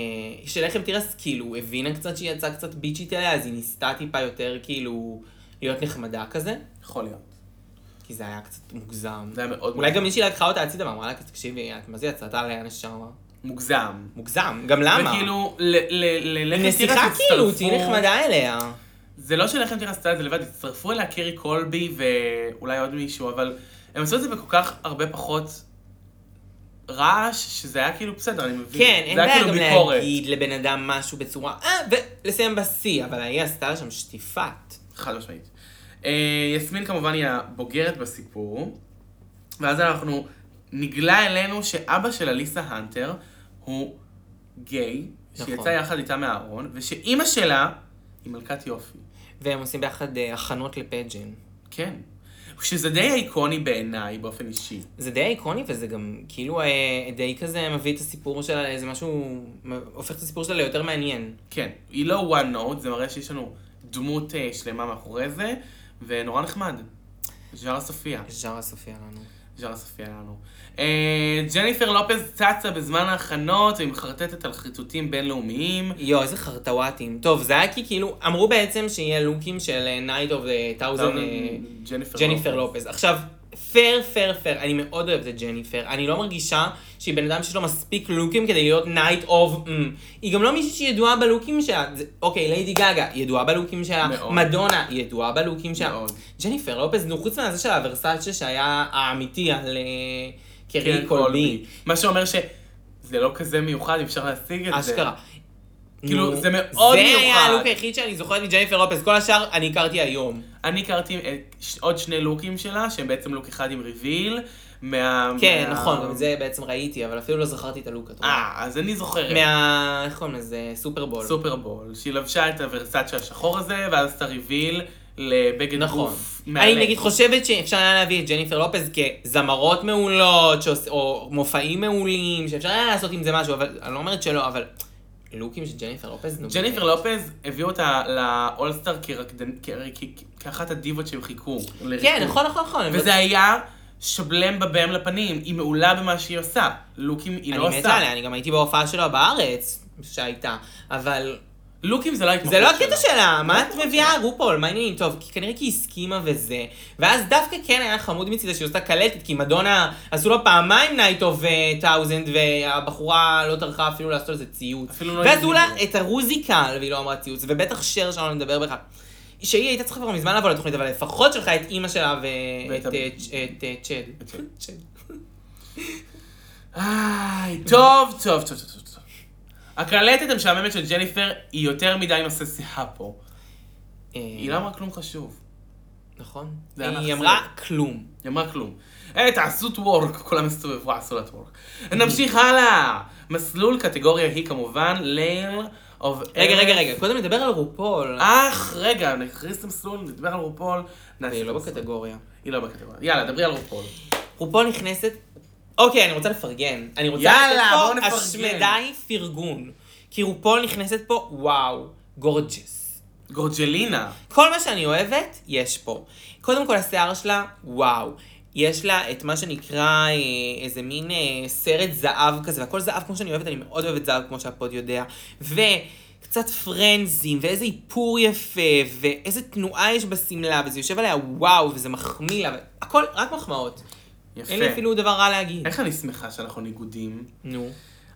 שלחם תירס כאילו הבינה קצת שהיא יצאה קצת ביצ'ית עליה, אז היא ניסתה טיפה יותר כאילו להיות נחמדה כזה, יכול להיות. כי זה היה קצת מוגזם. זה היה מאוד אולי גם מישהי לקחה אותה הצידה ואמרה לה, תקשיבי, את מה זה יצאת עליה נשמה? מוגזם. מוגזם, גם למה? וכאילו, ל- ל- ל- ללחם תירס נסיכה כאילו, תהיי הצטרפו- נחמדה אליה. זה לא שלחם תירס עשתה את זה לבד, הצטרפו אליה קרי קולבי ואולי עוד מישהו, אבל הם עשו את זה בכל כך הרבה פחות רעש, שזה היה כאילו בסדר, אני מבין. כן, אין זה היה בעיה כאילו גם ביקורת. להגיד לבן אדם משהו בצורה, אה, ולסיים בשיא, אבל היא עשתה לה שם שטיפת. חד משמעית. אה, יסמין כמובן היא הבוגרת בסיפור, ואז אנחנו, נגלה אלינו שאבא של אליסה הנטר הוא גיי, נכון. שיצא יחד איתה מהארון, ושאימא שלה היא מלכת יופי. והם עושים ביחד אה, הכנות לפג'ן. כן. שזה די איקוני בעיניי באופן אישי. זה די איקוני וזה גם כאילו אה, די כזה מביא את הסיפור שלה לאיזה משהו, מ- הופך את הסיפור שלה ליותר מעניין. כן, היא לא one note, זה מראה שיש לנו דמות אה, שלמה מאחורי זה, ונורא נחמד. ז'ארה סופיה. ז'ארה סופיה לנו. ז'ארה סופיה לנו. אה, ג'ניפר לופז צצה בזמן ההכנות, היא מחרטטת על חרטוטים בינלאומיים. יואו, איזה חרטוואטים. טוב, זה היה כי כאילו, אמרו בעצם שיהיה לוקים של אה, Night of the Thousand אה, ג'ניפר ג'ניפר לופז. עכשיו, פייר, פייר, פייר, אני מאוד אוהבת את ג'ניפר. אני לא מרגישה שהיא בן אדם שיש לו מספיק לוקים כדי להיות Night of... Mm. היא גם לא מישהי שידועה בלוקים שלה. זה- אוקיי, ליידי גגה, ידועה בלוקים שלה. מאוד. מדונה, ידועה בלוקים שלה. מאוד. ג'ניפר לופז, נו, חוץ מהזה של הוורסאצ'ה שהיה האמיתי על אה, כן, קרי קולבי. קולבי. מה שאומר שזה לא כזה מיוחד, אפשר להשיג את זה. אשכרה. כאילו, נו, זה מאוד זה היה מיוחד. הלוק היחיד שאני זוכרת מג'ניפר לופז, כל השאר אני הכרתי היום. אני הכרתי את ש- עוד שני לוקים שלה, שהם בעצם לוק אחד עם ריביל, מה... כן, מה- נכון, גם זה בעצם ראיתי, אבל אפילו לא זכרתי את הלוק, אתה רואה. אה, אז אני זוכרת. מה... איך קוראים לזה? סופרבול. סופרבול, שהיא לבשה את הוורסאצ'ה השחור הזה, ואז את הריביל לבגד נכון. גוף אני נגיד חושבת שאפשר היה להביא את ג'ניפר לופז כזמרות מעולות, שעוש- או מופעים מעולים, שאפשר היה לעשות עם זה משהו, אבל אני לא אומרת שלא, אבל לוקים של ג'ניפר לופז, נו. ג'ניפר באמת. לופז הביאו אותה לאולסטאר כרקדנ- כ- כ- כאחת הדיבות שהם חיכו. כן, לריקוד. נכון, נכון, נכון. אבל- וזה היה שבלם בבהם לפנים, היא מעולה במה שהיא עושה. לוקים היא לא אני מתה עושה. עליה, אני גם הייתי בהופעה שלו בארץ, שהייתה, אבל... לוקים זה לא ההתמחות זה לא הקטע שלה. שלה, מה את מביאה רופול, מה העניינים? טוב, כי כנראה כי היא הסכימה וזה, ואז דווקא כן היה חמוד מצידה שהיא עושה קלטת, כי מדונה עשו לה פעמיים נייט אוף טאוזנד, והבחורה לא טרחה אפילו לעשות איזה ציוץ. אפילו לא ועשו לה הגיבו. את הרוזיקל, והיא לא אמרה ציוץ, ובטח שר שלנו נדבר בך. שהיא הייתה צריכה כבר מזמן לבוא לתוכנית, אבל לפחות שלך את אימא שלה ואת ואת ה- אה, צ'- את, אה, צ'ל. צ'ל. צ'ל. איי, טוב, טוב, טוב, טוב, טוב. טוב. הקלטת המשעממת של ג'ניפר היא יותר מדי נושא שיחה פה. אה, היא לא אמרה כלום חשוב. נכון. זה היה היא מאכזב. אמרה כלום. היא אמרה כלום. אה, תעשו טוורק, כולם הסתובבו, עשו לה טוורק. נמשיך הלאה. מסלול קטגוריה היא כמובן ליל אוף... רגע, רגע, רגע, קודם נדבר על רופול. אה, אך, רגע, נכריז את המסלול, נדבר על רופול. נעשה היא לא את המסלול. בקטגוריה. היא לא בקטגוריה. יאללה, דברי על רופול. רופול נכנסת... אוקיי, אני רוצה לפרגן. אני רוצה יאללה, בואו לתת נפרגן. פה השמדי פרגון. כי רופול נכנסת פה, וואו, גורג'ס. גורג'לינה. כל מה שאני אוהבת, יש פה. קודם כל, השיער שלה, וואו. יש לה את מה שנקרא אה, איזה מין אה, סרט זהב כזה, והכל זהב כמו שאני אוהבת, אני מאוד אוהבת זהב כמו שהפוד יודע. וקצת פרנזים, ואיזה איפור יפה, ואיזה תנועה יש בשמלה, וזה יושב עליה וואו, וזה מחמיא לה, הכל רק מחמאות. יפה. אין לי אפילו דבר רע להגיד. איך אני שמחה שאנחנו ניגודים. נו.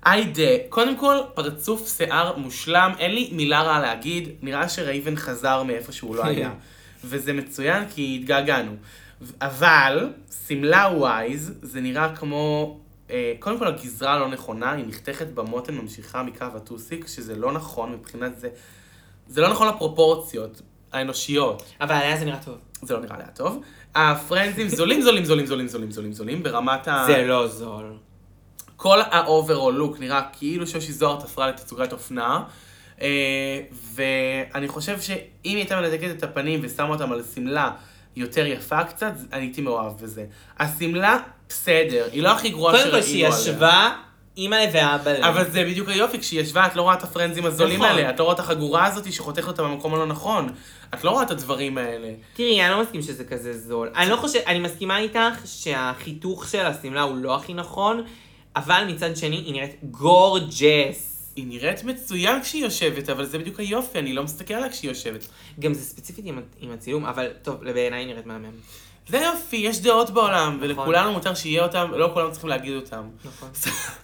היידה, קודם כל, פרצוף שיער מושלם, אין לי מילה רעה להגיד, נראה שרייבן חזר מאיפה שהוא לא היה. וזה מצוין כי התגעגענו. ו- אבל, שמלה ווייז, זה נראה כמו... אה, קודם כל, הגזרה לא נכונה, היא נחתכת במותן, ממשיכה מקו הטוסיק, שזה לא נכון מבחינת זה. זה לא נכון לפרופורציות האנושיות. אבל עליה זה נראה טוב. זה לא נראה לי הטוב. הפרנזים זולים, זולים, זולים, זולים, זולים, זולים, זולים, ברמת ה... זה לא זול. כל האוברול לוק נראה כאילו שושי זוהר תפרה לתצוגת אופנה. אה, ואני חושב שאם היא הייתה מנתקת את הפנים ושמה אותם על שמלה יותר יפה קצת, אני הייתי מאוהב בזה. השמלה, בסדר, היא לא הכי גרועה קודם שראינו כל, עליה. שהיא ישבה, אימא ואבא לה. אבל זה בדיוק היופי, כשהיא ישבה, את לא רואה את הפרנזים הזולים נכון. האלה, את לא רואה את החגורה הזאת שחותכת אותה במקום הלא נכון. את לא רואה את הדברים האלה. תראי, אני לא מסכים שזה כזה זול. אני לא חושב, אני מסכימה איתך שהחיתוך של השמלה הוא לא הכי נכון, אבל מצד שני היא נראית גורג'ס. היא נראית מצוין כשהיא יושבת, אבל זה בדיוק היופי, אני לא מסתכל עליה כשהיא יושבת. גם זה ספציפית עם, עם הצילום, אבל טוב, בעיניי היא נראית מהמם. זה יופי, יש דעות בעולם, ולכולנו מותר שיהיה אותם, לא כולם צריכים להגיד אותם. נכון.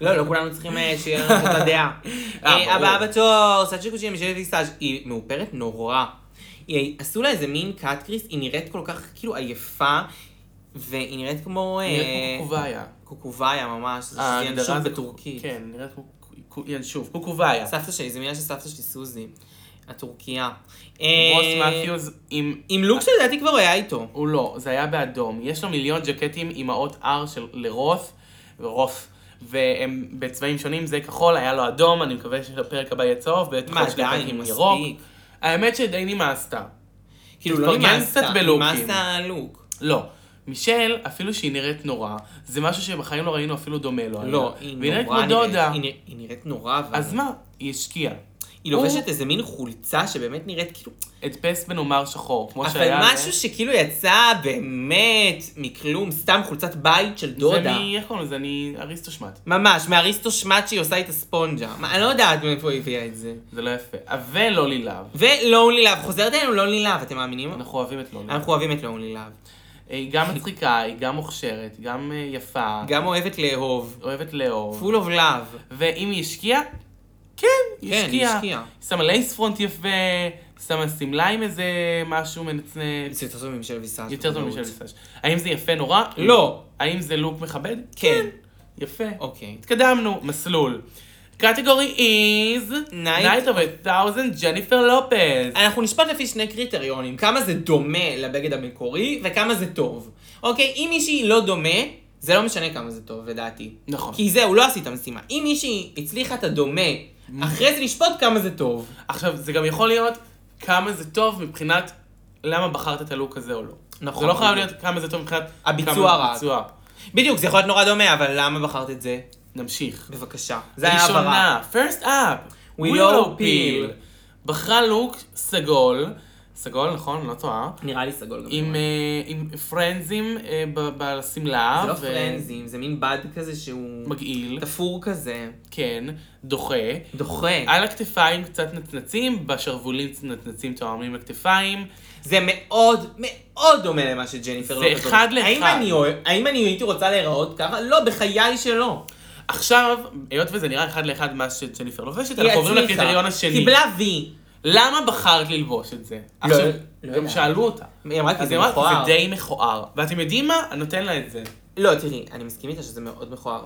לא, לא כולנו צריכים אה, שיהיה לנו את הדעה. אה, אה, ברור. הבאה בתור, סאצ'י קוצ'י משלת איסטאז' היא מאופרת נורא. היא- עשו לה איזה מין קאטקריס, היא נראית כל כך כאילו עייפה, והיא נראית כמו... אה, נראית כמו קוקובאיה. קוקובאיה ממש, זה ההגדרה ינשוף זה בטורקית. כן, נראית כמו קו- כן, ינשוף, קוקובאיה. סבתא שלי, זו מילה של סבתא שלי סוזי, הטורקיה. רוס אה, מתיוס עם... עם לוק שלדעתי כבר היה איתו. הוא לא, זה היה באדום. יש לו מיליון ג'קטים עם האות R של לרוס, רוס. והם בצבעים שונים, זה כחול, היה לו אדום, אני מקווה שבפרק הבא יהיה צהוב, מה, בטח שלי די, עם ירוק. מספיק. האמת שדי נמאסת. כאילו, לא תתפרגן נמאסת, קצת בלוקים. נמאסת הלוק. לא. מישל, אפילו שהיא נראית נורא, זה משהו שבחיים לא ראינו אפילו דומה לו. לא, עליה. היא אה. והיא נראית נורא כמו דודה. היא נראית- היא נראית נורא, אבל... אז מה? היא השקיעה. היא לובשת איזה מין חולצה שבאמת נראית כאילו... הדפס בנומר שחור, כמו אבל שהיה... משהו שכאילו יצא באמת מכלום, סתם חולצת בית של דודה. דודה. זה מי, איך קוראים לזה? אני אריסטו שמט. ממש, מאריסטו שמט שהיא עושה איתה ספונג'ה. מה, אני לא יודעת מאיפה היא הביאה את זה. זה לא יפה. ולולי להב. ולונלי לאב, חוזרת אלינו לונלי לאב, אתם מאמינים? אנחנו אוהבים את לולי. אנחנו אוהבים את לונלי לאב. היא גם מצחיקה, היא גם מוכשרת, היא גם אה, יפה, גם אוהבת לאהוב. אוהבת לאהוב. full of love. ואם היא השקיעה, כן, היא כן, היא השקיעה. השקיעה. היא שמה לייס פרונט יפה, שמה שמלה עם איזה משהו מנצנץ. זה יותר טוב ממשל ויסאז'. יותר טוב בוודאות. משל ויסאז'. האם זה יפה נורא? לא. האם זה לוק מכבד? כן. יפה. אוקיי. התקדמנו, מסלול. קטגורי איז... Night Night of a Thousand ג'ניפר לופז. אנחנו נשפט לפי שני קריטריונים, כמה זה דומה לבגד המקורי וכמה זה טוב. אוקיי, אם מישהי לא דומה, זה לא משנה כמה זה טוב, לדעתי. נכון. כי זהו, לא עשית משימה. אם מישהי הצליחה את הדומה, אחרי זה לשפוט כמה זה טוב. עכשיו, זה גם יכול להיות כמה זה טוב מבחינת למה בחרת את הלוק הזה או לא. נכון, זה לא חייב בדיוק. להיות כמה זה טוב מבחינת... הביצוע כמה רק. הביצוע. בדיוק, זה יכול להיות נורא דומה, אבל למה בחרת את זה? נמשיך. בבקשה. זה היה הבהרה. ראשונה, first up, Willow ווילאו Peel. פיל. בחרה לוק סגול, סגול נכון? לא טועה. נראה לי סגול גם. עם, זה. אה, עם פרנזים אה, ב- בשמלה. זה לא אה, ו- פרנזים, זה מין בד כזה שהוא... מגעיל, תפור כזה. אה, כן, דוחה. דוחה. על הכתפיים קצת נצנצים, בשרוולים נצנצים תואמים לכתפיים. זה מאוד מאוד דומה למה שג'ניפר זה לופז עושה. אחד לאחד. האם אני אוה- האם אני הייתי רוצה להיראות ככה? לא, בחיי שלא. עכשיו, היות וזה נראה אחד לאחד מה שג'ניפר לובשת, היא אנחנו עוברים הצליחה. לקריטריון השני. קיבלה וי. למה בחרת ללבוש את זה? לא, עכשיו, לא גם יודעת. שאלו אותה. היא אמרה כי אז זה היא אמרה, מכוער. זה די מכוער. ואתם יודעים מה? אני נותן לה את זה. לא, תראי, אני מסכים איתה שזה מאוד מכוער.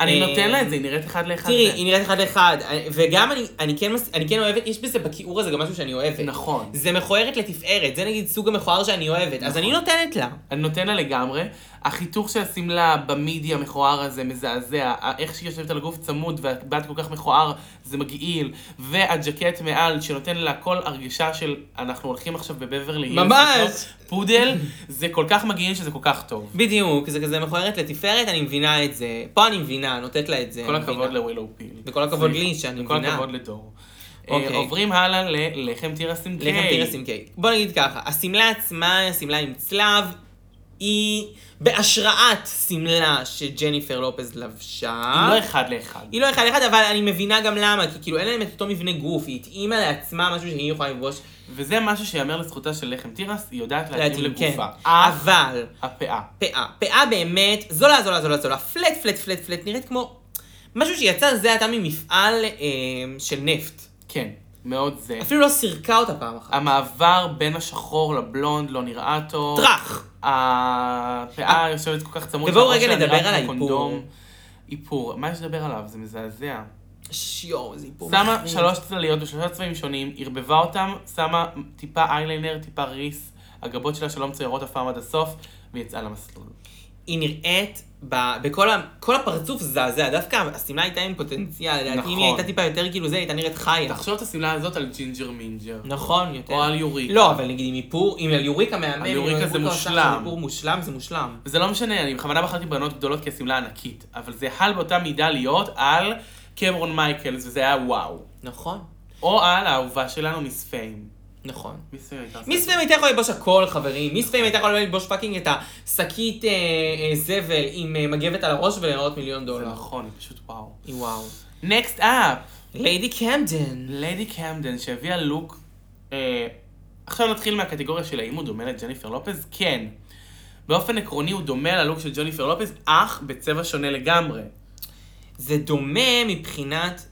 אני אה, נותן לה את זה, היא נראית אחד לאחד. תראי, זה. היא נראית אחד לאחד, וגם אני- אני כן מס- אני כן אוהבת, יש בזה בכיעור הזה גם משהו שאני אוהבת. נכון. זה מכוערת לתפארת, זה נגיד סוג המכוער שאני אוהבת, אז אני נותנת לה. אני נותן לה לגמרי. החיתוך של השמלה במידי המכוער הזה מזעזע. ה- איך שהיא יושבת על הגוף צמוד והבת כל כך מכוער, זה מגעיל. והג'קט מעל שנותן לה כל הרגשה של אנחנו הולכים עכשיו בבברלי. הילס ממש. לקנות פודל, זה כל כך מגעיל שזה כל כך טוב. בדיוק, זה כזה מכוערת לתפארת, אני מבינה את זה. פה אני מבינה, נותנת לה את זה. כל אני הכבוד כן, מבינה. לווילאו פיל. וכל הכבוד סליחה. לי שאני וכל מבינה. הכבוד לדור. אוקיי. אה, עוברים הלאה ללחם תירסים קיי. לחם תירס עם קייק. בוא נגיד ככה, השמלה עצמה, השמלה עם צלב, היא בהשראת שמלה שג'ניפר לופז לבשה. לא אחד לאחד. היא לא אחד לאחד, אבל אני מבינה גם למה, כי כאילו אין להם את אותו מבנה גוף, היא התאימה לעצמה משהו שהיא יכולה לבוש וזה משהו שיאמר לזכותה של לחם תירס, היא יודעת להתאים להתאים, כן. לגופה. אף אבל, הפאה. פאה, פאה באמת, זולה, זולה, זולה, זולה, פלט, פלט, פלט, פלט, נראית כמו משהו שיצא זה עתה ממפעל אה, של נפט. כן, מאוד זה. אפילו לא סירקה אותה פעם אחת. המעבר בין השחור לבלונד לא נראה טוב. טרח! הפאה יושבת כל כך צמוד. ובואו שהראש רגע שלה נדבר נראה על כמו האיפור. קונדום. איפור, מה יש לדבר עליו? זה מזעזע. שיואו, איזה איפור. שמה מחריד. שלוש צלליות בשלושה צבעים שונים, ערבבה אותם, שמה טיפה איילינר, טיפה ריס, הגבות שלה שלא מצוירות אף פעם עד הסוף, ויצאה למסלול. היא נראית, ב, בכל ה, כל הפרצוף זעזע, דווקא השמלה הייתה עם פוטנציאל, לדעתי אם נכון. היא הייתה טיפה יותר כאילו זה, היא הייתה נראית חיה. תחשוב את השמלה הזאת על ג'ינג'ר מינג'ר. נכון, יותר. או על יוריקה. לא, אבל נגיד עם איפור, עם יוריקה מהמם, על יוריקה עם זה יוריקה עושה מושלם. עכשיו איפור מושלם, זה מושלם. וזה לא משנה, אני בכוונה בחרתי בנות גדולות כשמלה ענקית, אבל זה יכל באותה מידה להיות על קמרון מייקלס, וזה היה וואו. נכון, או על האהובה שלנו, מיס פיים. נכון. מיס פיים הייתה... מיס פיים הייתה יכולה ללבוש הכל, חברים. מיס פיים הייתה יכולה ללבוש פאקינג את השקית אה, אה, זבל עם אה, מגבת על הראש ולהראות מיליון זה דולר. נכון, היא פשוט וואו. היא וואו. נקסט אפ, ליידי קמדן. ליידי קמדן שהביאה לוק... אה, עכשיו נתחיל מהקטגוריה של האם הוא דומה לג'ניפר לופז? כן. באופן עקרוני הוא דומה ללוק של ג'ניפר לופז, אך בצבע שונה לגמרי. זה דומה מבחינת...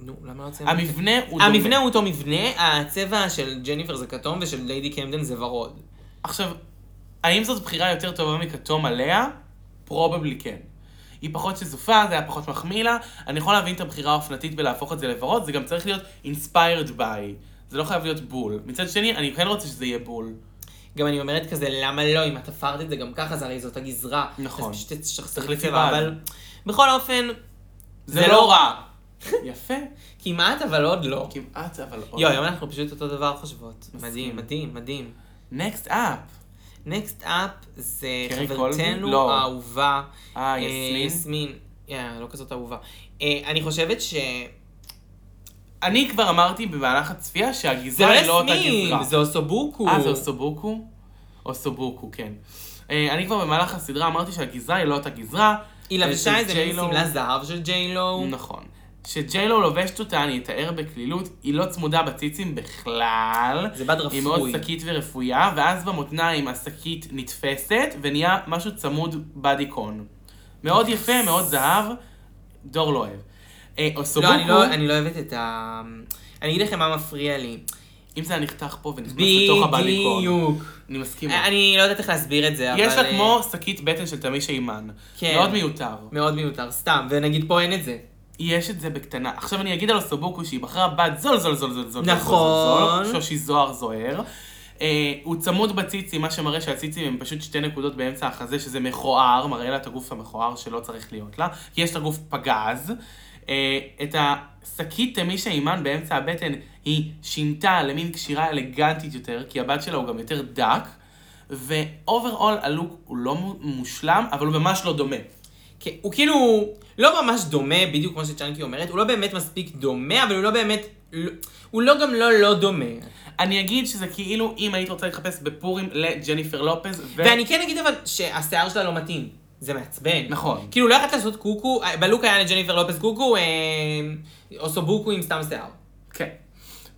נו, למה לא יוצא? המבנה הוא דומה. המבנה הוא אותו מבנה, הצבע של ג'ניפר זה כתום ושל ליידי קמדן זה ורוד. עכשיו, האם זאת בחירה יותר טובה מכתום עליה? פרובבלי כן. היא פחות שזופה, זה היה פחות מחמיא לה. אני יכול להבין את הבחירה האופנתית בלהפוך את זה לוורוד, זה גם צריך להיות inspired by. זה לא חייב להיות בול. מצד שני, אני כן רוצה שזה יהיה בול. גם אני אומרת כזה, למה לא, אם את תפרת את זה גם ככה, זה הרי זאת הגזרה. נכון. אז פשוט תשחזרי תחליפי צבע, בד. אבל... בכל אופן, זה, זה לא, לא- רע. יפה. כמעט, אבל עוד לא. כמעט, אבל עוד. יואו, היום אנחנו פשוט אותו דבר חושבות. מסכים. מדהים, מדהים, מדהים. נקסט אפ. נקסט אפ זה קרי קולבי? חברתנו לא. האהובה. אה, אה, יסמין. יסמין. אה, לא כזאת אהובה. אה, אני חושבת ש... אני כבר אמרתי במהלך הצפייה זה שהגזרה היא לא לא אותה גזרה. סמים, זה אוסובוקו. אה, זה אוסובוקו? אוסובוקו, כן. אה, אני כבר במהלך הסדרה אמרתי שהגזרה היא לא אותה גזרה. היא אה, לבשה איזה מין שג'יילו- שמלה זהב של ג'יילו. נכון. שג'יילו לובשת אותה, אני אתאר בקלילות, היא לא צמודה בציצים בכלל. זה בד היא מאוד רפוי. שקית ורפויה, ואז במותניים השקית נתפסת, ונהיה משהו צמוד בדיקון. מאוד יפה, מאוד זהב, דור לא אוהב. אה, אוסובוקו, לא, אני לא- אני לא אוהבת את ה... אני אגיד לכם מה מפריע לי. אם זה היה נחתך פה ונכנס לתוך הבדיקון, בדיוק. אני מסכים. אני לא יודעת איך להסביר את זה, אבל... יש לה אה, כמו שקית בטן של תמי שיימן. כן. מאוד מיותר. מאוד מיותר, סתם, ונגיד פה אין את זה. יש את זה בקטנה. עכשיו אני אגיד על אוסובוקו שהיא בחרה בת זול זול זול זול זול. נכון. זול, שושי זוהר זוהר. אה, הוא צמוד בציצים, מה שמראה שהציצים הם פשוט שתי נקודות באמצע החזה, שזה מכוער, מראה לה את הגוף המכוער שלא צריך להיות לה, כי יש לה גוף פגז. אה, את השקית תמישה אימן באמצע הבטן, היא שינתה למין קשירה אלגנטית יותר, כי הבת שלה הוא גם יותר דק, ואוברול הלוק הוא לא מו- מושלם, אבל הוא ממש לא דומה. כן, הוא כאילו לא ממש דומה, בדיוק כמו שצ'אנקי אומרת, הוא לא באמת מספיק דומה, אבל הוא לא באמת... הוא לא גם לא לא דומה. אני אגיד שזה כאילו אם היית רוצה לחפש בפורים לג'ניפר לופז, ו... ואני כן אגיד אבל שהשיער שלה לא מתאים. זה מעצבן. נכון. כאילו, לא יכולת לעשות קוקו, אה, בלוק היה לג'ניפר לופס קוקו, אה, אוסובוקו עם סתם שיער. כן.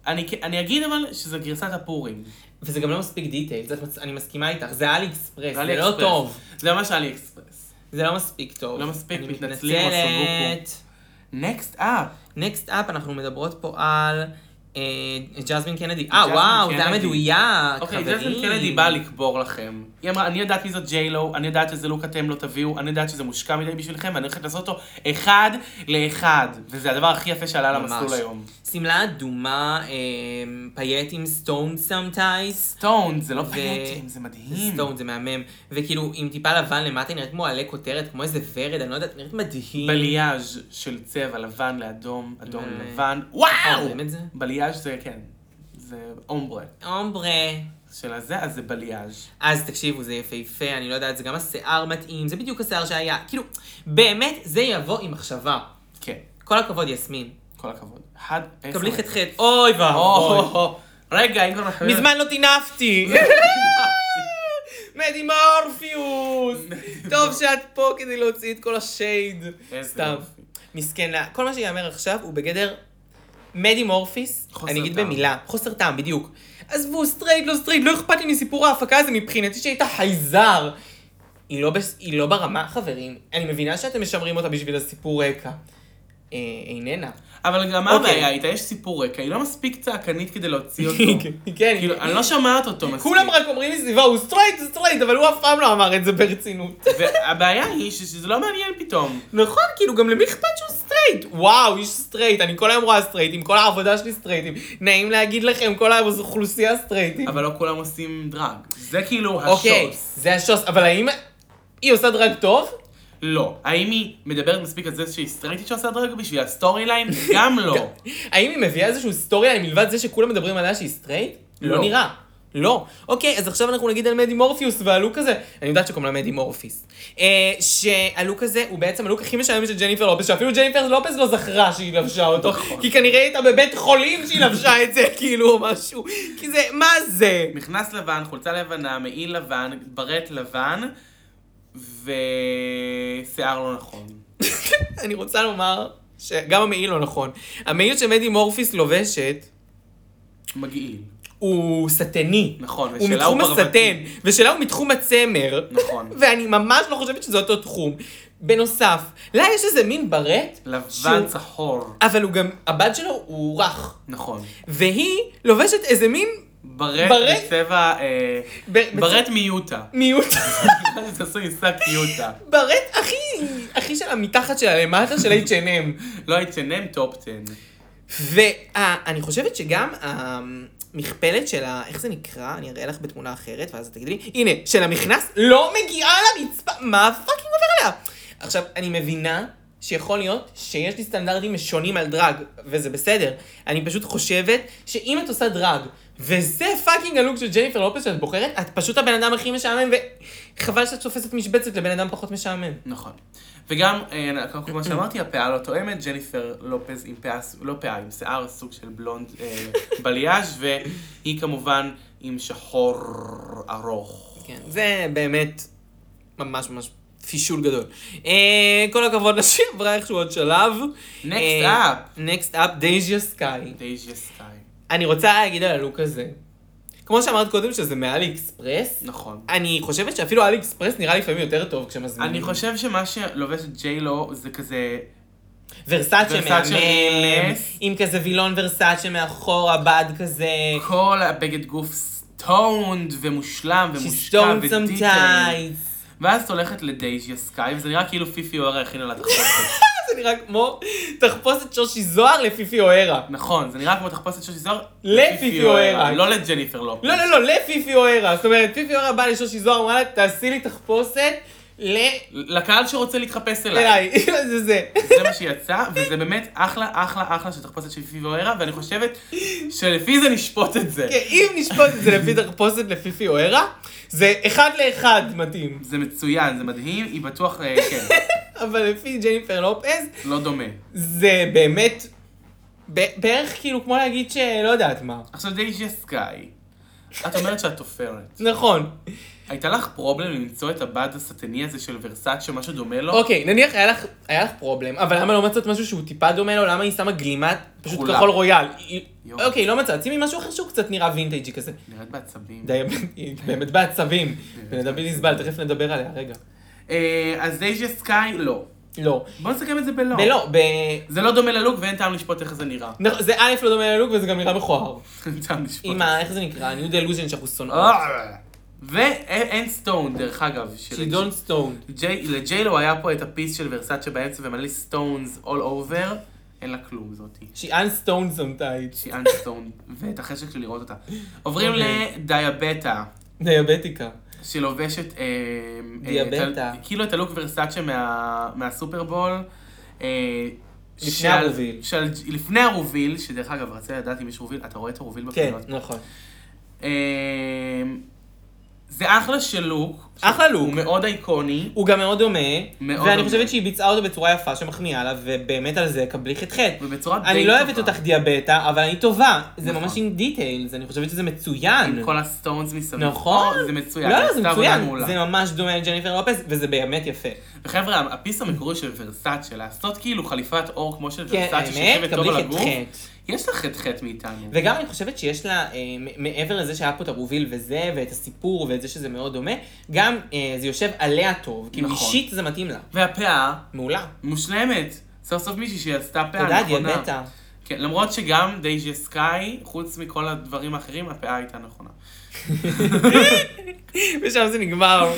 אני, כ- אני אגיד אבל שזה גרסת הפורים. וזה גם לא מספיק דיטייל, זה- אני מסכימה איתך, זה אלי אקספרס, זה אלי לא אקספרס. טוב. זה ממש אלי אקספרס. זה לא מספיק טוב. לא מספיק, אני מתנצלים, נקסט אפ. נקסט אפ, אנחנו מדברות פה על אה, ג'זמין קנדי. אה, ג'זמין וואו, זה היה קנדי. מדויק, אוקיי, חברים. ג'סן קנדי באה לקבור לכם. היא אמרה, אני יודעת מי זאת ג'יילו, אני יודעת איזה לוק אתם לא תביאו, אני יודעת שזה מושקע מדי בשבילכם, ואני הולכת לעשות אותו אחד לאחד. וזה הדבר הכי יפה שעלה ממש. למסלול היום. שמלה אדומה, אה, פייט עם סטון סמטייס. סטון, זה לא פייטים, זה מדהים. סטון זה מהמם, וכאילו עם טיפה לבן למטה היא נראית כמו עלי כותרת, כמו איזה ורד, אני לא יודעת, נראית מדהים. בליאז' של צבע לבן לאדום, אדום ו- לבן, וואו! אומרים את זה? בליאז' זה, כן, זה אומברה אומברה. של הזה, אז זה בליאז'. אז תקשיבו, זה יפהפה, אני לא יודעת, זה גם השיער מתאים, זה בדיוק השיער שהיה. כאילו, באמת, זה יבוא עם מחשבה. כן, כל הכבוד, יסמין. כל הכבוד. אחד, עשר. קבלי ח"ח, אוי ואבוי. או, רגע, אם כבר אנחנו... מזמן לא טינפתי. מדי מורפיוס! טוב שאת פה כדי להוציא את כל השייד. איזה סתם. יופי. מסכן לה. כל מה שיאמר עכשיו הוא בגדר מדי מורפיס, חוסר אני אגיד טעם. במילה, חוסר טעם, בדיוק. עזבו, סטרייט, לא סטרייט, לא אכפת לי מסיפור ההפקה הזה מבחינתי שהייתה חייזר. היא לא, בס... היא לא ברמה, חברים. אני מבינה שאתם משמרים אותה בשביל הסיפור רקע. אה, איננה. אבל גם מה אוקיי. הבעיה איתה? יש סיפור רקע, היא לא מספיק צעקנית כדי להוציא אותו. כן, כאילו, אני לא שומעת אותו מספיק. כולם רק אומרים מסביבה, הוא סטרייט, הוא סטרייט, אבל הוא אף פעם לא אמר את זה ברצינות. והבעיה היא ש- שזה לא מעניין פתאום. נכון, כאילו, גם למי אכפת שהוא סטרייט? וואו, איש סטרייט, אני כל היום רואה סטרייטים, כל העבודה שלי סטרייטים. נעים להגיד לכם, כל האוכלוסייה סטרייטים. אבל לא כולם עושים דרג. זה כאילו אוקיי, השוס. זה השוס, אבל האם היא עושה דרג טוב? לא. האם היא מדברת מספיק על זה שהיא סטרייטית שעושה דרג בשביל הסטורי ליין? גם לא. האם היא מביאה איזשהו סטורי ליין מלבד זה שכולם מדברים עליה שהיא סטרייט? לא לא. נראה. לא. אוקיי, אז עכשיו אנחנו נגיד על מדי מורפיוס והלוק הזה. אני יודעת שקוראים לה מדי מורפיס. אה, שהלוק הזה הוא בעצם הלוק הכי משעמם של ג'ניפר לופס, שאפילו ג'ניפר לופס לא זכרה שהיא לבשה אותו, כי כנראה הייתה בבית חולים שהיא לבשה את זה, כאילו, או משהו. כי זה, מה זה? מכנס לבן, חולצה לבנה, מעיל לבן, ברט לבן, ושיער לא נכון. אני רוצה לומר שגם המעיל לא נכון. המעיל שמדי מורפיס לובשת, מגעיל. הוא סטני. נכון, הוא ושלה מתחום ברווז. הסטן, ושלה הוא מתחום הצמר. נכון. ואני ממש לא חושבת שזה אותו תחום. בנוסף, לה יש איזה מין ברט, לבן שהוא- צחור. אבל הוא גם, הבד שלו הוא רך. נכון. והיא לובשת איזה מין ברט ברט? בצבע... אה, ב- ברט מיוטה. מיעוט. זה עשוי עם שק יוטה. ברט הכי, הכי שלה, מתחת שלה, למטה של H&M. לא H&M טופ 10. ואני חושבת שגם המכפלת של ה... איך זה נקרא? אני אראה לך בתמונה אחרת, ואז את תגידי לי, הנה, של המכנס לא מגיעה לרצפה, מה פאקינג עובר עליה? עכשיו, אני מבינה שיכול להיות שיש לי סטנדרטים שונים על דרג, וזה בסדר. אני פשוט חושבת שאם את עושה דרג, וזה פאקינג הלוק של ג'ניפר לופס שאת בוחרת, את פשוט הבן אדם הכי משעמם, וחבל שאת תופסת משבצת לבן אדם פחות משעמם. נכון. וגם, אה, כמו- כמו שאמרתי, הפאה לא תואמת, ג'ניפר לופז עם פאה, ס- לא פאה, עם שיער סוג של בלונד אה, בליאז' והיא כמובן עם שחור ארוך. כן, זה באמת ממש ממש פישול גדול. אה, כל הכבוד לשיר, עברה איכשהו עוד שלב. אה, Next up. נקסט אפ, דייג'יה סקאי. דייג'יה סקאי. אני רוצה להגיד על הלוק הזה. כמו שאמרת קודם שזה מאלי אקספרס, נכון. אני חושבת שאפילו אלי אקספרס נראה לפעמים יותר טוב כשמזמינים. אני חושב שמה שלובשת ג'יי לו זה כזה... ורסאצ'ה ורסאצ'ה מהמם, נס. עם כזה וילון ורסאצ'ה מאחורה, בד כזה. כל הבגד גוף סטונד ומושלם ומושקע שיסטון ודיטייל. סמטייז. ואז את הולכת לדייג'יה סקאי, וזה נראה כאילו פיפי אוהרה הכינה לה תחפושת. זה נראה כמו תחפושת שושי זוהר לפיפי אוהרה. נכון, זה נראה כמו תחפושת שושי זוהר. לפיפי אוהרה. לא לג'ניפר לופס. לא, לא, לא, לפיפי אוהרה. זאת אומרת, פיפי אוהרה באה לשושי זוהר, אמרה לה, תעשי לי תחפושת ל... לקהל שרוצה להתחפש אליי. אליי. לא, זה זה. זה מה שיצא, וזה באמת אחלה, אחלה, אחלה של תחפושת של פיפי אוהרה, ואני חושבת שלפי זה נשפוט את זה. כן, אם נשפוט את זה לפי תחפושת לפיפי אוהרה, זה אחד לאחד מתאים. זה מצוין, זה מדהים, היא בטוח, אה, כן, אבל לפי ג'ניפר לופז, לא דומה. זה באמת... ב- בערך כאילו כמו להגיד שלא יודעת מה. עכשיו דייג'יה סקאי, את אומרת שאת תופרת. נכון. הייתה לך פרובלם למצוא את הבד השטני הזה של ורסאצ'ה, משהו דומה לו? אוקיי, נניח היה לך, היה לך פרובלם, אבל למה לא מצאת משהו שהוא טיפה דומה לו? למה היא שמה גלימת פשוט כחולה. כחול רויאל? היא- יואו. אוקיי, לא מצאת, שימי משהו אחר שהוא קצת נראה וינטג'י כזה. נראית בעצבים. די, היא באמת בעצבים. בן אדם בלתי נסבל, תכף נדבר עליה, רגע. אה, אז דייג'יה סקאי, לא. לא. בוא נסכם את זה בלא. ולא, ב... זה לא דומה ללוק ואין טעם לשפוט איך זה נראה. נכון, זה א' לא דומה ללוק וזה גם נראה מכוער. אין טעם לשפוט. עם ה... איך זה נקרא? ניו דלוז'ן שאנחנו שונאות. אה. ואין סטון, דרך אגב. של- של דון סטון. ג'יי- לג'יילו היה פה את הפיס של ורסאצ'ה באמצע ומלא לי סטונס all over, אין לה כלום זאתי. שהיא אנסטון סומטייט. שהיא סטון, ואת החשק שלי לראות אותה. עוברים אוקיי. לדיאבטה, דיאבטיקה. שלובשת... אה, אה, דיאבטה. את ה- כאילו את הלוק ורסאצ'ה מה- מהסופרבול. אה, לפני של- הרוביל. של- לפני הרוביל, שדרך אגב, רציתי לדעת אם יש רוביל, אתה רואה את הרוביל כן, בפינות? נכון. אמ, זה אחלה של לוק. אחלה לוק. הוא מאוד איקוני. הוא גם מאוד דומה, מאוד ואני דומה. חושבת שהיא ביצעה אותו בצורה יפה שמחמיאה לה, ובאמת על זה קבלי חטחט. ובצורה די אני לא אוהבת טובה. אותך דיאבטה, אבל אני טובה. זה נכון. ממש עם דיטיילס, אני חושבת שזה מצוין. עם כל הסטונס מסביב. נכון. או, זה מצוין. לא, לא, זה עשתה עבודה מצוין. מעולה. זה ממש דומה לג'ניפר לופס, וזה באמת יפה. וחבר'ה, הפיס המקורי של ורסאצ'ה, לעשות כאילו חליפת אור כמו של כן, ורסאצ'ה, האמת, שיושבת טוב קבלי על הגוף, חטחט. יש לך חטחט מאיתנו. וגם אני חושבת שיש לה, אה, מ- מעבר לזה שהיה פה את הרוביל וזה, ואת הסיפור ואת זה שזה מאוד דומה, גם אה, זה יושב עליה טוב, כאילו נכון. אישית זה מתאים לה. והפאה, מעולה. מושלמת. סוף סוף מישהי שעשתה פאה תודה, אה, נכונה. דיאבטה. כן, למרות שגם דייג'ה סקאי, חוץ מכל הדברים האחרים, הפאה הייתה נכונה. ושם זה נגמר.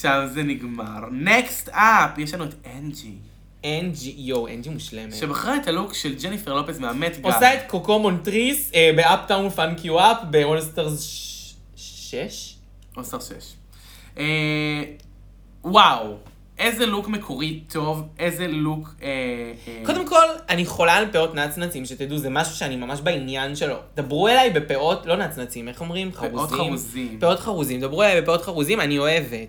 שם זה נגמר. נקסט אפ, יש לנו את אנג'י. אנג'י, יואו, אנג'י מושלמת. שבחרה את הלוק של ג'ניפר לופס מהמט גאלה. עושה את קוקו מונטריס אה, באפטאון פאנק יו אפ באולסטרס 6? עושה שש. אה, וואו, איזה לוק מקורי טוב, איזה לוק... אה, אה, קודם כל, אני חולה על פאות נצנצים, שתדעו, זה משהו שאני ממש בעניין שלו. דברו אליי בפאות, לא נצנצים, איך אומרים? חרוזים. פאות חרוזים. פאות חרוזים, דברו אליי בפאות חרוזים, אני אוהבת.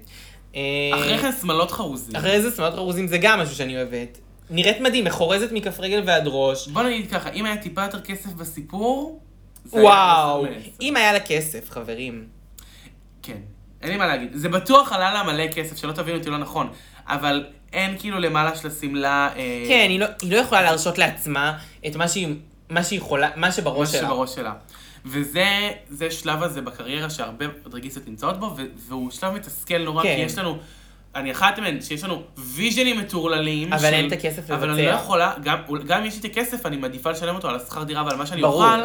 אה, אחרי כן שמלות חרוזים. אחרי זה שמאלות חרוזים זה גם משהו שאני אוהבת. נראית מדהים, מחורזת מכף רגל ועד ראש. בוא נגיד ככה, אם היה טיפה יותר כסף בסיפור... זה היה וואו, מסמס. אם היה לה כסף, חברים. כן, אין לי מה להגיד. זה בטוח עלה לה מלא כסף, שלא תבינו אותי לא נכון, אבל אין כאילו למעלה של השמלה... אה, כן, היא לא- היא לא יכולה להרשות לעצמה את מה שהיא... מה שהיא יכולה, מה מה שבראש שלה. שבראש שלה. וזה זה השלב הזה בקריירה שהרבה דרגיסטיות נמצאות בו, ו- והוא שלב מתסכל נורא, כן. כי יש לנו, אני אחת מהן, שיש לנו ויז'נים מטורללים. אבל אין את הכסף אבל אני לבצע. לא יכולה, גם, גם אם יש לי את הכסף, אני מעדיפה לשלם אותו על השכר דירה ועל מה שאני ברור. אוכל,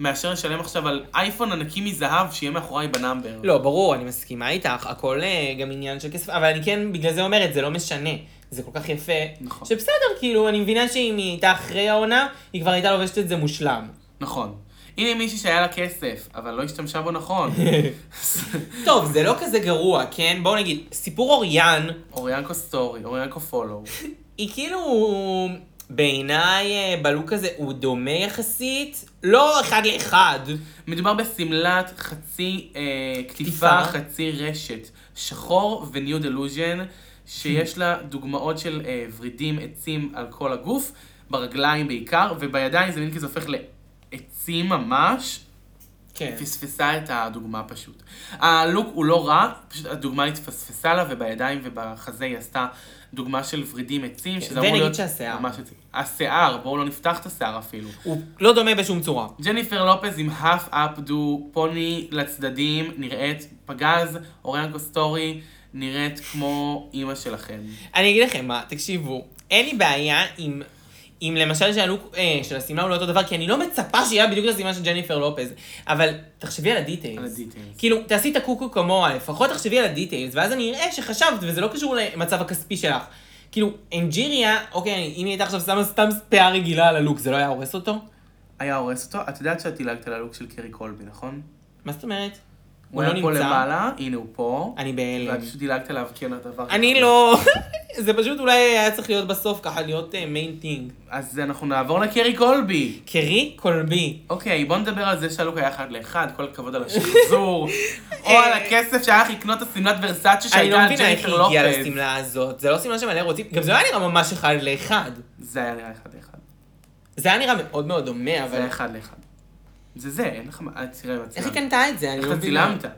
מאשר לשלם עכשיו על אייפון ענקי מזהב שיהיה מאחוריי בנאמבר. לא, ברור, אני מסכימה איתך, הכל אה, גם עניין של כסף, אבל אני כן, בגלל זה אומרת, זה לא משנה. זה כל כך יפה, נכון. שבסדר, כאילו, אני מבינה שאם היא הייתה אחרי העונה, היא כבר הייתה לובשת את זה מושלם. נכון. הנה מישהי שהיה לה כסף, אבל לא השתמשה בו נכון. טוב, זה לא כזה גרוע, כן? בואו נגיד, סיפור אוריאן, אוריאנקו סטורי, אוריאנקו פולו. היא כאילו... בעיניי אה, בלוק הזה הוא דומה יחסית, לא אחד לאחד. מדובר בשמלת חצי אה, קטיפה. קטיפה, חצי רשת, שחור וניו דלוז'ן, שיש לה דוגמאות של אה, ורידים, עצים על כל הגוף, ברגליים בעיקר, ובידיים זה מין כזה הופך לעצים ממש. כן. פספסה את הדוגמה פשוט. הלוק הוא לא רע, פשוט הדוגמה התפספסה לה, ובידיים ובחזה היא עשתה דוגמה של ורידים עצים, שזה אמור ונגיד להיות שהשיער. ממש עצים. השיער, בואו לא נפתח את השיער אפילו. הוא לא דומה בשום צורה. ג'ניפר לופז עם האף אפ דו פוני לצדדים, נראית פגז, אוריאן קוסטורי נראית כמו אימא שלכם. אני אגיד לכם מה, תקשיבו, אין לי בעיה עם... אם למשל שהלוק אה, של השמלה הוא לא אותו דבר, כי אני לא מצפה שיהיה בדיוק את השמלה של ג'ניפר לופז, אבל תחשבי על הדיטיילס. על הדיטיילס. כאילו, תעשי את הקוקו כמוה, לפחות תחשבי על הדיטיילס, ואז אני אראה שחשבת, וזה לא קשור למצב הכספי שלך. כאילו, אנג'יריה, אוקיי, אם היא הייתה עכשיו שמה סתם פאה רגילה על הלוק, זה לא היה הורס אותו? היה הורס אותו, את יודעת שאת דילגת על הלוק של קרי קולבי, נכון? מה זאת אומרת? הוא היה פה למעלה, הנה הוא פה. לא אני בהלם. ואת פשוט דילגת עליו כי אין לו דבר. אני כזה. לא... זה פשוט אולי היה צריך להיות בסוף ככה, להיות אה, מיין טינג. אז אנחנו נעבור לקרי קולבי. קרי קולבי. אוקיי, בוא נדבר על זה שהלוק היה אחד לאחד, כל הכבוד על השחזור, או על הכסף שהיה לך לקנות את השמלת ורסאצ'ה אני לא שהייתה על מבינה איך ג'ניפר היא הגיעה לופז. לשמלה הזאת. זה לא שמלה שמלא רוצים, גם זה לא היה נראה ממש אחד לאחד. זה היה נראה אחד לאחד. זה היה נראה מאוד מאוד דומה, זה היה אבל... אחד לאחד. זה זה, אין לך מה, אה, תראה, מה איך היא צילמת. קנתה את זה? אני איך לא אתה מבינה. צילמת?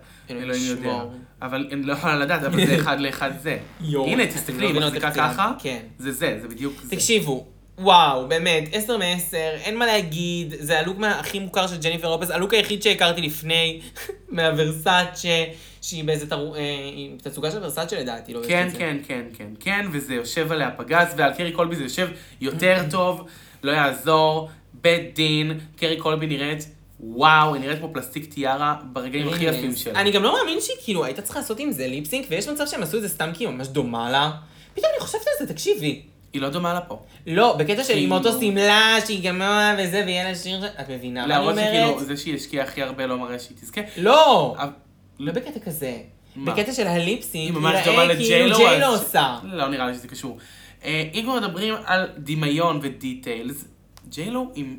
אלוהים יודע. ישמור. אבל אני לא יכולה לדעת, אבל זה אחד לאחד זה. יואו. הנה, אני לא תסתכלי, היא מבינה איך מחזיקה צילמת. ככה. כן. זה זה, זה בדיוק זה. תקשיבו, וואו, באמת, 10 מ-10, אין מה להגיד, זה הלוק מה- הכי מוכר של ג'ניפר לופס, הלוק היחיד שהכרתי לפני, מהוורסאצ'ה, שהיא באיזה תרו... אה, היא תצוגה של ורסאצ'ה לדעתי, לא כן, יודעת את זה. כן, כן, כן, כן, וזה יושב עליה פגז, ועל קרי קולבי זה יושב יותר טוב, לא יעזור, בית דין, קרי קולבי נראית, וואו, היא נראית כמו פלסטיק טיארה ברגעים הכי יפים שלה. אני גם לא מאמין שהיא כאילו הייתה צריכה לעשות עם זה ליפסינק, ויש מצב שהם עשו את זה סתם כי היא ממש דומה לה. פתאום אני חושבת על זה, תקשיבי. היא לא דומה לה פה. לא, בקטע של עם כאילו. אותו שמלה, שהיא גמרה וזה, ויהיה לה שיר, ש- את מבינה מה אני להראות שכאילו, אומרת? זה שהיא השקיעה הכי הרבה לא מראה שהיא תזכה. לא, אבל- לא בקטע כזה. מה? בקטע של הליפסינק, היא ממש דומה נראה כאילו לג'יילו. ג'יילו אז- עושה. לא נראה לי שזה קשור. אה, אם כבר מדברים על דמיון ודיטיילס, ג'יילו עם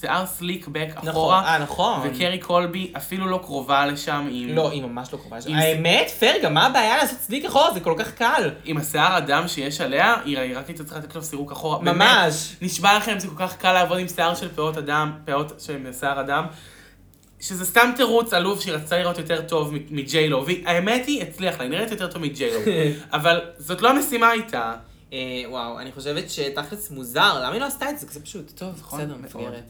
שיער סליק בק נכון, אחורה, אה, נכון. וקרי קולבי אפילו לא קרובה לשם עם... לא, היא ממש לא קרובה לשם. אם זה- האמת, פייר, גם מה הבעיה לעשות צליק אחורה? זה כל כך קל. עם השיער הדם שיש עליה, היא היא רק הייתה צריכה לתת לו סירוק אחורה. באמת, ממש. נשבע לכם, זה כל כך קל לעבוד עם שיער של פאות אדם, פאות של שיער אדם, שזה סתם תירוץ עלוב שהיא רצתה לראות יותר טוב מ- מג'יילו, והאמת היא, הצליח לה, היא נראית יותר טוב מג'יילו, אבל זאת לא המשימה איתה. אה, וואו, אני חושבת שתכלס מוזר, למה היא לא עשתה את זה? זה פשוט, טוב, נכון, בסדר, מאוד. מפגרת.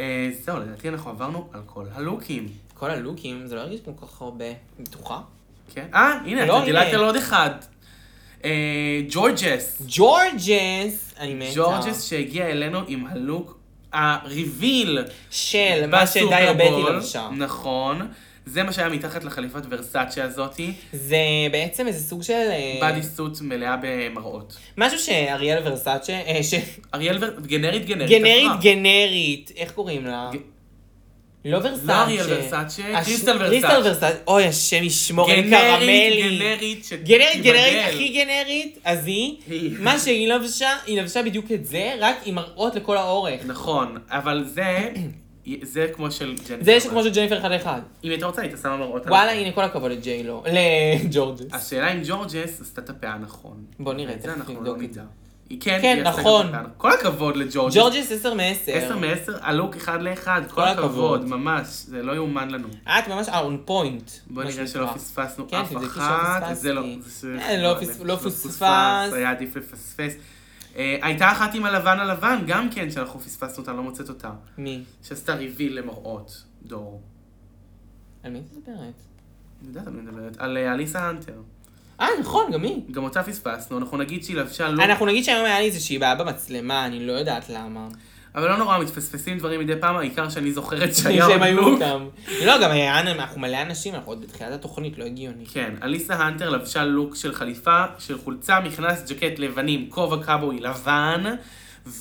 אה, זהו, לדעתי אנחנו עברנו על כל הלוקים. כל הלוקים, זה לא הרגיש כל כך הרבה. בטוחה? כן? אה, הנה, לא, אתה דילגת הנה. על עוד אחד. אה, ג'ורג'ס. ג'ורג'ס, אני מתה. ג'ורג'ס שהגיע אלינו עם הלוק הריביל. של מה שדיה בטי בסופרבול, לבשה. נכון. זה מה שהיה מתחת לחליפת ורסאצ'ה הזאתי. זה בעצם איזה סוג של... אה, באדי סוט מלאה במראות. משהו שאריאל ורסאצ'ה, אה, ש... אריאל ור... גנרית גנרית. אה. גנרית עזרה. גנרית, איך קוראים לה? ג- לא ורסאצ'ה. לא אריאל ורסאצ'ה, הש- קריסטל קריסטל ורסאצ'ה. ורסאצ'ה, אוי השם ישמור, אין גנרית קרמלי. גנרית ש- גנרית, גנרית, תיבדל. הכי גנרית, אז היא, היא. מה שהיא לבשה, היא לבשה בדיוק את זה, רק עם מראות לכל האורך. נכון, אבל זה, זה כמו של ג'ניפר. זה שכמו של ג'ניפר אחד לאחד. אם הייתה רוצה, הייתה שמה מראות. על וואלה, הפנים. הנה כל הכבוד לג'יי לו, לג'ורג'ס. השאלה אם ג'ורג'ס עשתה את הפאה נכון. בוא נראה, את תכף זה אנחנו נבדוק לא את נדע. היא כן, כן, היא עשתה נכון. את הפאה נכון. כל הכבוד לג'ורג'ס. ג'ורג'ס 10 עשר מ-10. מעשר, אמ הלוק אחד לאחד, כל הכבוד. הכבוד, ממש, זה לא יאומן לנו. את ממש on point. מה בוא נראה שנקרא. שלא פספסנו כן, אף תבדקי שלא אחת, פספסתי. זה לא, אה, לא פס- לא פוספס. היה עדיף לפספס. אה, הייתה אחת עם הלבן הלבן, גם כן, שאנחנו פספסנו אותה, לא מוצאת אותה, מי? שעשתה ריביל למראות, דור. על מי את מדברת? אני יודעת על מי אני מדברת, על אה, אליסה הנטר. אה, נכון, גם היא. גם אותה פספסנו, אנחנו נגיד שהיא לבשה לוק, אנחנו נגיד שהיום היה לי איזושהי בעיה במצלמה, אני לא יודעת למה. אבל לא נורא, מתפספסים דברים מדי פעם, העיקר שאני זוכרת שהיה עוד שהם היו לוק. אותם. לא, גם היה, אנחנו מלא אנשים, אנחנו עוד בתחילת התוכנית, לא הגיוני. כן, אליסה הנטר לבשה לוק של חליפה, של חולצה, מכנס, ג'קט לבנים, כובע קאבוי לבן,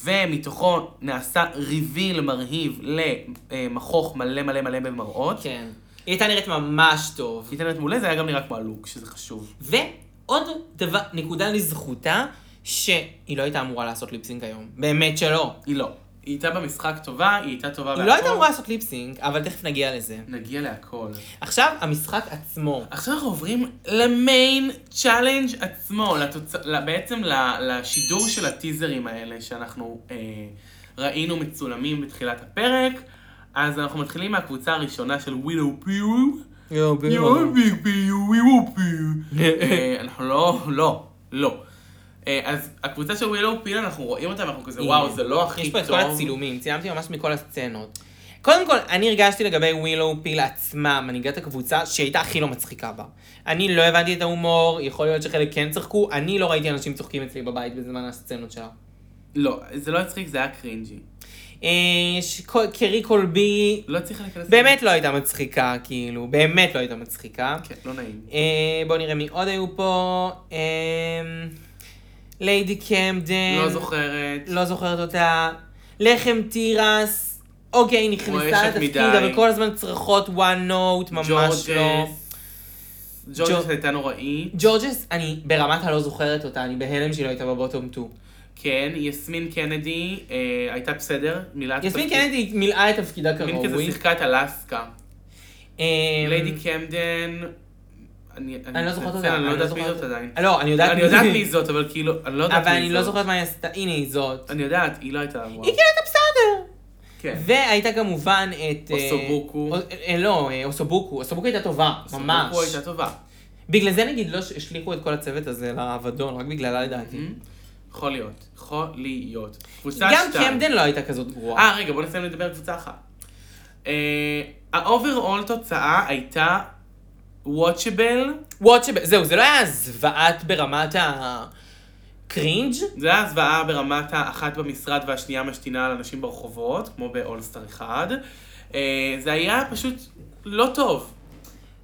ומתוכו נעשה ריביל מרהיב למכוך מלא מלא מלא במראות. כן. כן. היא הייתה נראית ממש טוב. ניתנת מעולה, זה היה גם נראה כמו הלוק, שזה חשוב. ועוד דבר, נקודה לזכותה, שהיא לא הייתה אמורה לעשות ליפסינק היום. באמת שלא. היא לא. היא הייתה במשחק טובה, היא הייתה טובה היא לא הייתה אמורה לעשות ליפסינק, אבל תכף נגיע לזה. נגיע להכל. עכשיו, המשחק עצמו. עכשיו אנחנו עוברים למיין צ'אלנג' עצמו, לתוצ... ל- בעצם ל- לשידור של הטיזרים האלה שאנחנו אה, ראינו מצולמים בתחילת הפרק. אז אנחנו מתחילים מהקבוצה הראשונה של ווילו פיו. יואו, אה, אנחנו לא, לא, לא. אה, אז הקבוצה של ווילו פיל, אנחנו רואים אותה ואנחנו כזה, וואו, זה לא הכי טוב. יש פה את כל הצילומים, צילמתי ממש מכל הסצנות. קודם כל, אני הרגשתי לגבי ווילו פיל עצמה, מנהיגת הקבוצה, שהיא הייתה הכי לא מצחיקה בה. אני לא הבנתי את ההומור, יכול להיות שחלק כן צחקו, אני לא ראיתי אנשים צוחקים אצלי בבית בזמן הסצנות שלה. לא, זה לא הצחיק, זה היה קרינג'י. אה, שכל- קרי קולבי, לא צריך להיכנס... לזה. באמת לא הייתה מצחיקה, כאילו, באמת לא הייתה מצחיקה. כן, לא נעים. אה, בואו נראה מי עוד היו פה. אה, ליידי קמדן. לא זוכרת. אה, לא זוכרת אותה. לחם תירס. אוקיי, נכנסה מואשת לתפקיד, מדי. אבל כל הזמן צרחות one note, ממש לא. ג'ורג'ס. ג'ורג'ס הייתה נוראית. ג'ורג'ס, אני ברמת הלא זוכרת אותה, אני בהלם שהיא לא הייתה בבוטום 2. כן, יסמין קנדי אה, הייתה בסדר, מילת... יסמין תפקיד. קנדי אמ, מילאה את תפקידה מין כזה כראוי. שיחקה את אלסקה. אה, ליידי קמדן... אני אני לא זוכרת מתנצל, אותה, אני לא אני יודעת לא מי זוכרת זאת אותה. עדיין. לא, אני יודעת אני יודעת מי זאת, אבל כאילו, אני לא יודעת מי זאת. אבל אני לא זוכרת מה היא עשתה. הנה היא זאת. אני יודעת, היא לא הייתה אמורה. היא כאילו הייתה בסדר. כן. והייתה כמובן את... אה, אוסובוקו. אה, אה, לא, אה, אוסובוקו. אוסובוקו הייתה טובה, ממש. סובוקו הייתה טובה. בגלל זה נגיד לא ש- השליכו את כל הצוות הזה לאבדון, רק בגללה לדעתי. אמ? יכול להיות. יכול להיות. קבוצה גם שתיים. קמדן לא הייתה כזאת גרועה. אה, רגע, בוא נסיים לדבר על קבוצה אחת. אה, האוברול תוצאה הייתה וואטשבל, וואטשבל, זהו, זה לא היה זוועת ברמת הקרינג'? זה היה הזוועה ברמת האחת במשרד והשנייה משתינה על אנשים ברחובות, כמו באולסטר אחד. אה, זה היה פשוט לא טוב.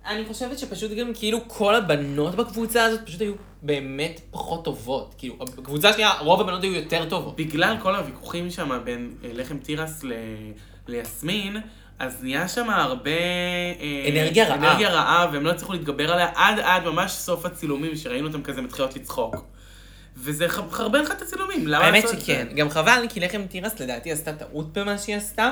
אני חושבת שפשוט גם כאילו כל הבנות בקבוצה הזאת פשוט היו באמת פחות טובות. כאילו, בקבוצה השנייה, רוב הבנות היו יותר טובות. בגלל כל הוויכוחים שם בין אה, לחם תירס ל... ליסמין, אז נהיה שם הרבה... אה, אנרגיה רעה. אנרגיה רעה, והם לא הצליחו להתגבר עליה עד עד ממש סוף הצילומים, שראינו אותם כזה מתחילות לצחוק. וזה ח- חרבן לך את הצילומים, למה האמת לעשות את שכן. זה? גם חבל, כי לחם תירס לדעתי עשתה טעות במה שהיא עשתה,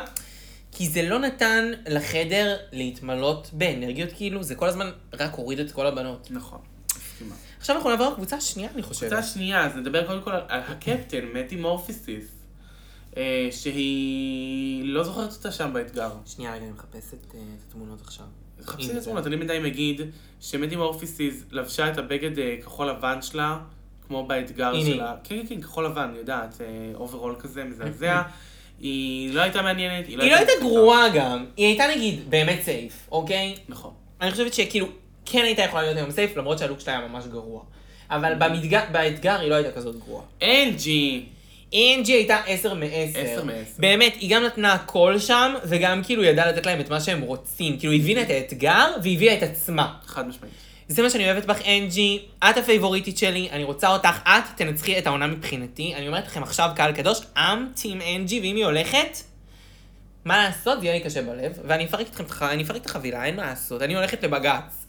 כי זה לא נתן לחדר להתמלות באנרגיות, כאילו, זה כל הזמן רק הוריד את כל הבנות. נכון, מסכימה. עכשיו אנחנו נעבור לקבוצה השנייה, אני חושבת. קבוצה שנייה, אז נדבר קודם כל על על הקפטן, מתי מורפיסיס, אה, שהיא... לא זוכרת אותה שם באתגר. שנייה, רגע, אני מחפשת אה, את התמונות עכשיו. חפשי את הנה, התמונות, אני מדי מגיד שמדי מורפיסיס לבשה את הבגד אה, כחול לבן שלה, כמו באתגר הנה. שלה. כן, כן, כן, כחול לבן, אני יודעת, אה, אוברול כזה, מזעזע. היא לא הייתה מעניינת, היא לא הייתה מצחיקה. גרועה גם, היא הייתה נגיד באמת סייף, אוקיי? נכון. אני חושבת שכאילו, כן הייתה יכולה להיות היום סייף, למרות שהלוק שלה היה ממש גרוע. אבל במתג- באתגר היא לא הייתה כזאת גרועה. אנג'י! אינג'י הייתה 10 מ-10. עשר מעשר. באמת, היא גם נתנה הכל שם, וגם כאילו ידעה לתת להם את מה שהם רוצים. כאילו, היא הבינה את האתגר, והביאה את עצמה. חד משמעית. זה מה שאני אוהבת בך, אנג'י. את הפייבוריטית שלי, אני רוצה אותך. את תנצחי את העונה מבחינתי. אני אומרת לכם עכשיו, קהל קדוש, עם טים אנג'י, ואם היא הולכת, מה לעשות? זה יהיה לי קשה בלב. ואני אפרק אתכם, את הח- אני אפרק את החבילה, אין מה לעשות. אני הולכת לבג"ץ.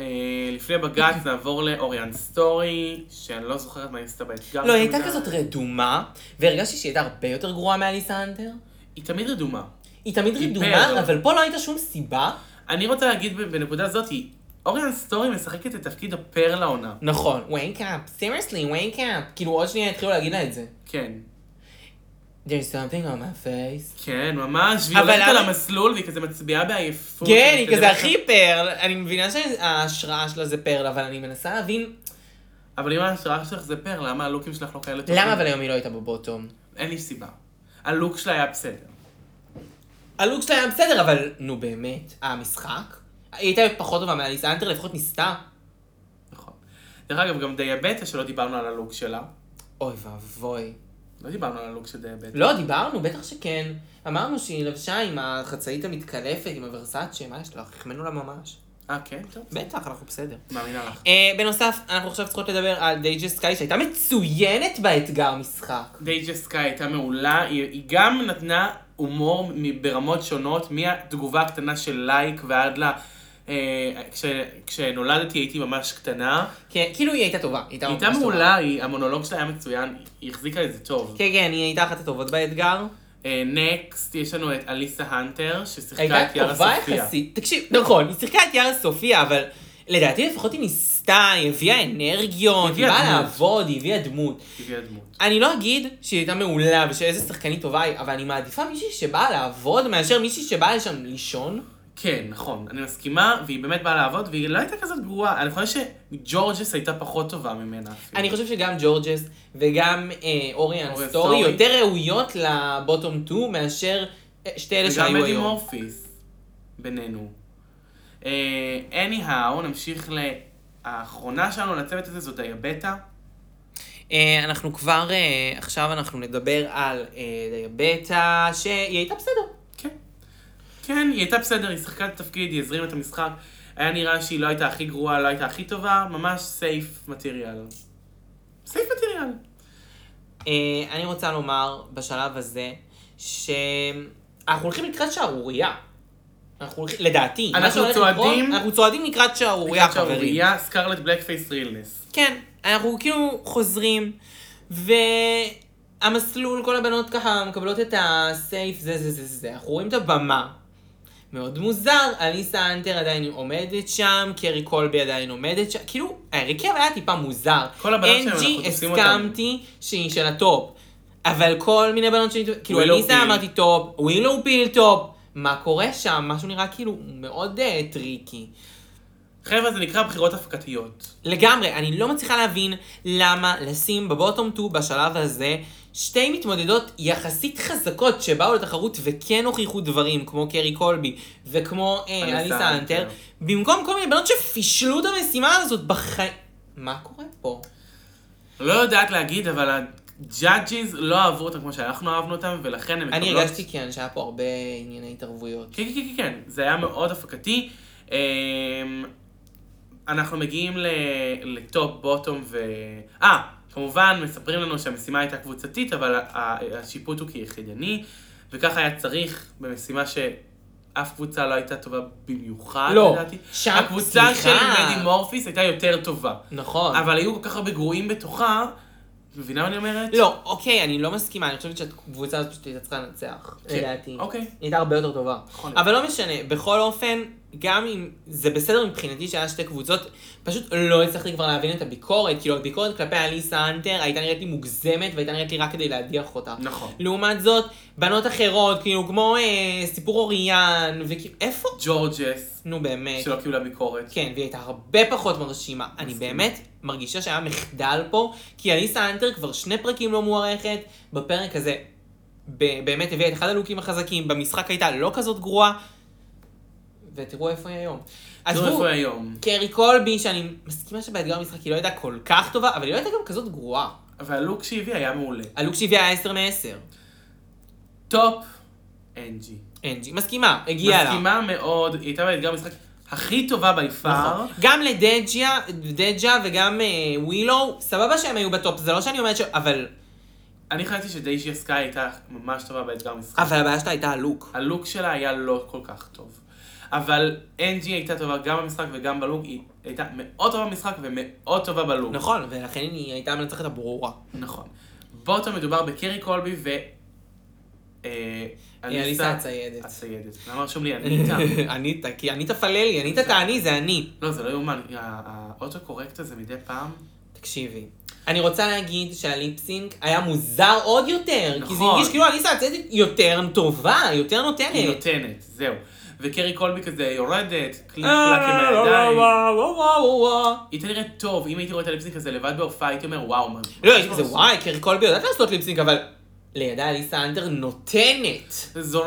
אה, לפני בג"ץ נעבור לאוריאן סטורי, שאני לא זוכרת מה היא עשתה באתגר. לא, היא הייתה תמיד. כזאת רדומה, והרגשתי שהיא הייתה הרבה יותר גרועה מאליסה אנטר. היא תמיד רדומה. היא תמיד היא רדומה, פר. אבל פה לא הייתה שום סיבה. אני רוצה להגיד ב- בנקודה הזאת, אוריאן סטורי משחקת את תפקיד הפר לעונה. נכון, wake up, seriously, wake up. כאילו עוד שנייה יתחילו להגיד לה את זה. כן. There's something on my face. כן, ממש, והיא אבל הולכת על למה- המסלול והיא כזה מצביעה בעייפות. כן, היא מתקדמת כזה לך. הכי פרל, אני מבינה שההשראה שלה זה פרל, אבל אני מנסה להבין אבל אם ההשראה שלך זה פר, למה הלוקים שלך לא כאלה טובים? למה אבל היום היא לא הייתה בבוטום. אין לי סיבה. הלוק שלה היה בסדר. הלוק שלה היה בסדר, אבל נו באמת, המשחק? היא הייתה פחות טובה מאליסה אנטר, לפחות ניסתה. נכון. דרך אגב, גם דיאבטה שלא דיברנו על הלוק שלה. אוי ואבוי. לא דיברנו על הלוק של דיאבטה. לא, דיברנו, בטח שכן. אמרנו שהיא לבשה עם החצאית המתקלפת, עם הוורסאצ'ה, מה יש לך? החמאנו לה ממש. אה, כן? טוב. בטח, אנחנו בסדר. מאמינה לך. אה, בנוסף, אנחנו עכשיו צריכות לדבר על דייג'ה סקאי, שהייתה מצוינת באתגר משחק. דייג'ה סקאי הייתה מעולה, היא, היא גם נתנה הומור מ- ברמות שונות, מהתגובה הקטנה של לייק ועד ל... אה, כש, כשנולדתי הייתי ממש קטנה. כן, כאילו היא הייתה טובה. היא הייתה היא ממש הייתה טובה. מעולה, היא- המונולוג שלה היה מצוין, היא החזיקה את זה טוב. כן, כן, היא הייתה אחת הטובות באתגר. נקסט, יש לנו את אליסה הנטר, ששיחקה את הייתה יארה טובה סופיה. יחסית. תקשיב, נכון, היא שיחקה את יארה סופיה, אבל לדעתי לפחות היא ניסתה, היא הביאה אנרגיות, היא הביאה באה דמות. לעבוד, היא הביאה דמות. הביאה דמות. אני לא אגיד שהיא הייתה מעולה ושאיזה שחקנית טובה היא, אבל אני מעדיפה מישהי שבאה לעבוד מאשר מישהי שבאה לשם לישון. כן, נכון, אני מסכימה, והיא באמת באה לעבוד, והיא לא הייתה כזאת גרועה. אני חושבת שג'ורג'ס הייתה פחות טובה ממנה אפילו. אני חושב שגם ג'ורג'ס וגם אה, אוריאן אוריאן סטורי סטורי. יותר ראויות לבוטום 2 מאשר אה, שתי אלה וגם שהיו מדי היום. מורפיס בינינו. אה, anyhow, נמשיך לאחרונה שלנו לצוות הזה, זו דייבטה. אה, אנחנו כבר, אה, עכשיו אנחנו נדבר על אה, דייבטה, שהיא הייתה בסדר. כן. כן, היא הייתה בסדר, היא שיחקה את התפקיד, היא הזרימה את המשחק. היה נראה שהיא לא הייתה הכי גרועה, לא הייתה הכי טובה, ממש סייף מטריאל. סייף מטריאל. אה, אני רוצה לומר בשלב הזה, שאנחנו הולכים לקראת שערורייה. אנחנו הולכים, לדעתי, מה אנחנו שהולך לקרות, צועדים- אנחנו צועדים לקראת שערורייה, חברים. שערורייה, סקרלט בלק פייס רילנס. כן, אנחנו כאילו חוזרים, והמסלול, כל הבנות ככה מקבלות את הסייף, זה, זה, זה, זה, אנחנו רואים את הבמה. מאוד מוזר, אליסה אנטר עדיין עומדת שם, קרי קולבי עדיין עומדת שם, כאילו, ההרכב היה טיפה מוזר. כל הבנות שלהם, NG, אנחנו תופסים הסכמתי שהיא של הטופ, אבל כל מיני בנות שאני, כאילו, ווילאו אליסה פיל. אמרתי טופ, ווילאו פיל טופ, מה קורה שם? משהו נראה כאילו מאוד אה, טריקי. חבר'ה, זה נקרא בחירות הפקתיות. לגמרי, אני לא מצליחה להבין למה לשים בבוטום 2 בשלב הזה שתי מתמודדות יחסית חזקות שבאו לתחרות וכן הוכיחו דברים, כמו קרי קולבי וכמו אה, אליסה אליסה אנטר. אנטר, במקום כל מיני בנות שפישלו את המשימה הזאת בחיים. מה קורה פה? לא יודעת להגיד, אבל הג'אדג'יז לא אהבו אותם כמו שאנחנו אהבנו אותם, ולכן הם אני מקבלות... הרגשתי כן שהיה פה הרבה ענייני התערבויות. כן, כן, כן, כן, כן, זה היה מאוד הפקתי. אמ, אנחנו מגיעים ל- לטופ, בוטום ו... אה, כמובן, מספרים לנו שהמשימה הייתה קבוצתית, אבל ה- ה- השיפוט הוא כיחידני, וככה היה צריך במשימה שאף קבוצה לא הייתה טובה במיוחד, לא, לדעתי. שם, הקבוצה של סליחה. מדי מורפיס הייתה יותר טובה, נכון. אבל היו כל כך הרבה גרועים בתוכה, את מבינה מה אני אומרת? לא, אוקיי, אני לא מסכימה, אני חושבת שהקבוצה הזאת פשוט הייתה צריכה לנצח, כן, לדעתי. אוקיי. היא הייתה הרבה יותר טובה. יכול להיות. אבל לא משנה, בכל אופן, גם אם זה בסדר מבחינתי שהיה שתי קבוצות, פשוט לא הצלחתי כבר להבין את הביקורת, כאילו הביקורת כלפי אליסה אנטר הייתה נראית לי מוגזמת והייתה נראית לי רק כדי להדיח אותה. נכון. לעומת זאת, בנות אחרות, כאילו כמו אה, סיפור אוריאן, וכאילו, איפה? ג'ורג'ס, נו באמת. שלא קיבלה ביקורת. כן, והיא הייתה הרבה פחות מרשימה. אני באמת מרגישה שהיה מחדל פה, כי אליסה אנטר כבר שני פרקים לא מוערכת, בפרק הזה ב- באמת הביאה את אחד הלוקים החזקים, במשחק הייתה לא כזאת גרועה, ותראו איפה היא היום. תראו עזבו, איפה היא היום. קרי קולבי, שאני מסכימה שבאתגר המשחק היא לא הייתה כל כך טובה, אבל היא לא הייתה גם כזאת גרועה. אבל הלוק שהביא היה מעולה. הלוק שהביאה היה 10 מ-10. טופ אנג'י. אנג'י, מסכימה, הגיעה לה. מסכימה מאוד, היא הייתה באתגר המשחק הכי טובה ביפר. נכון. גם לדג'יה, דג'ה וגם אה, ווילו, סבבה שהם היו בטופ, זה לא שאני אומרת ש... אבל אני חשבתי שדיישיה סקאי הייתה ממש טובה באתגר המשחק. אבל הבעיה שלה הייתה הלוק. הלוק שלה היה לא כל כך טוב. אבל אנג'י הייתה טובה גם במשחק וגם בלוק, היא הייתה מאוד טובה במשחק ומאוד טובה בלוק. נכון, ולכן היא הייתה המנצחת הברורה. נכון. בוטו מדובר בקרי קולבי ו... אה, אליסה הציידת. הציידת. למה רשום לי אניטה? ענית, כי ענית פללי, ענית תעני, זה אני. לא, זה לא יאומן, האוטו קורקט הזה מדי פעם. תקשיבי. אני רוצה להגיד שהליפסינק היה מוזר עוד יותר, כי זה נכון. הרגיש כאילו אליסה הצדק יותר טובה, יותר היא נותנת. נותנת, זהו. וקרי קולבי כזה יורדת, קליק קלק אה, לא, עם לא, הידיים. וואו, וואו, וואו, וואו. היא הייתה נראית טוב, אם הייתי רואה את הליפסינק הזה לבד בהופעה, הייתי אומר וואו. מה- לא, מה יש כזה עושה?" וואי, קרי קולבי יודעת לעשות ליפסינק, אבל לידה אליסה אנטר נותנת. זו-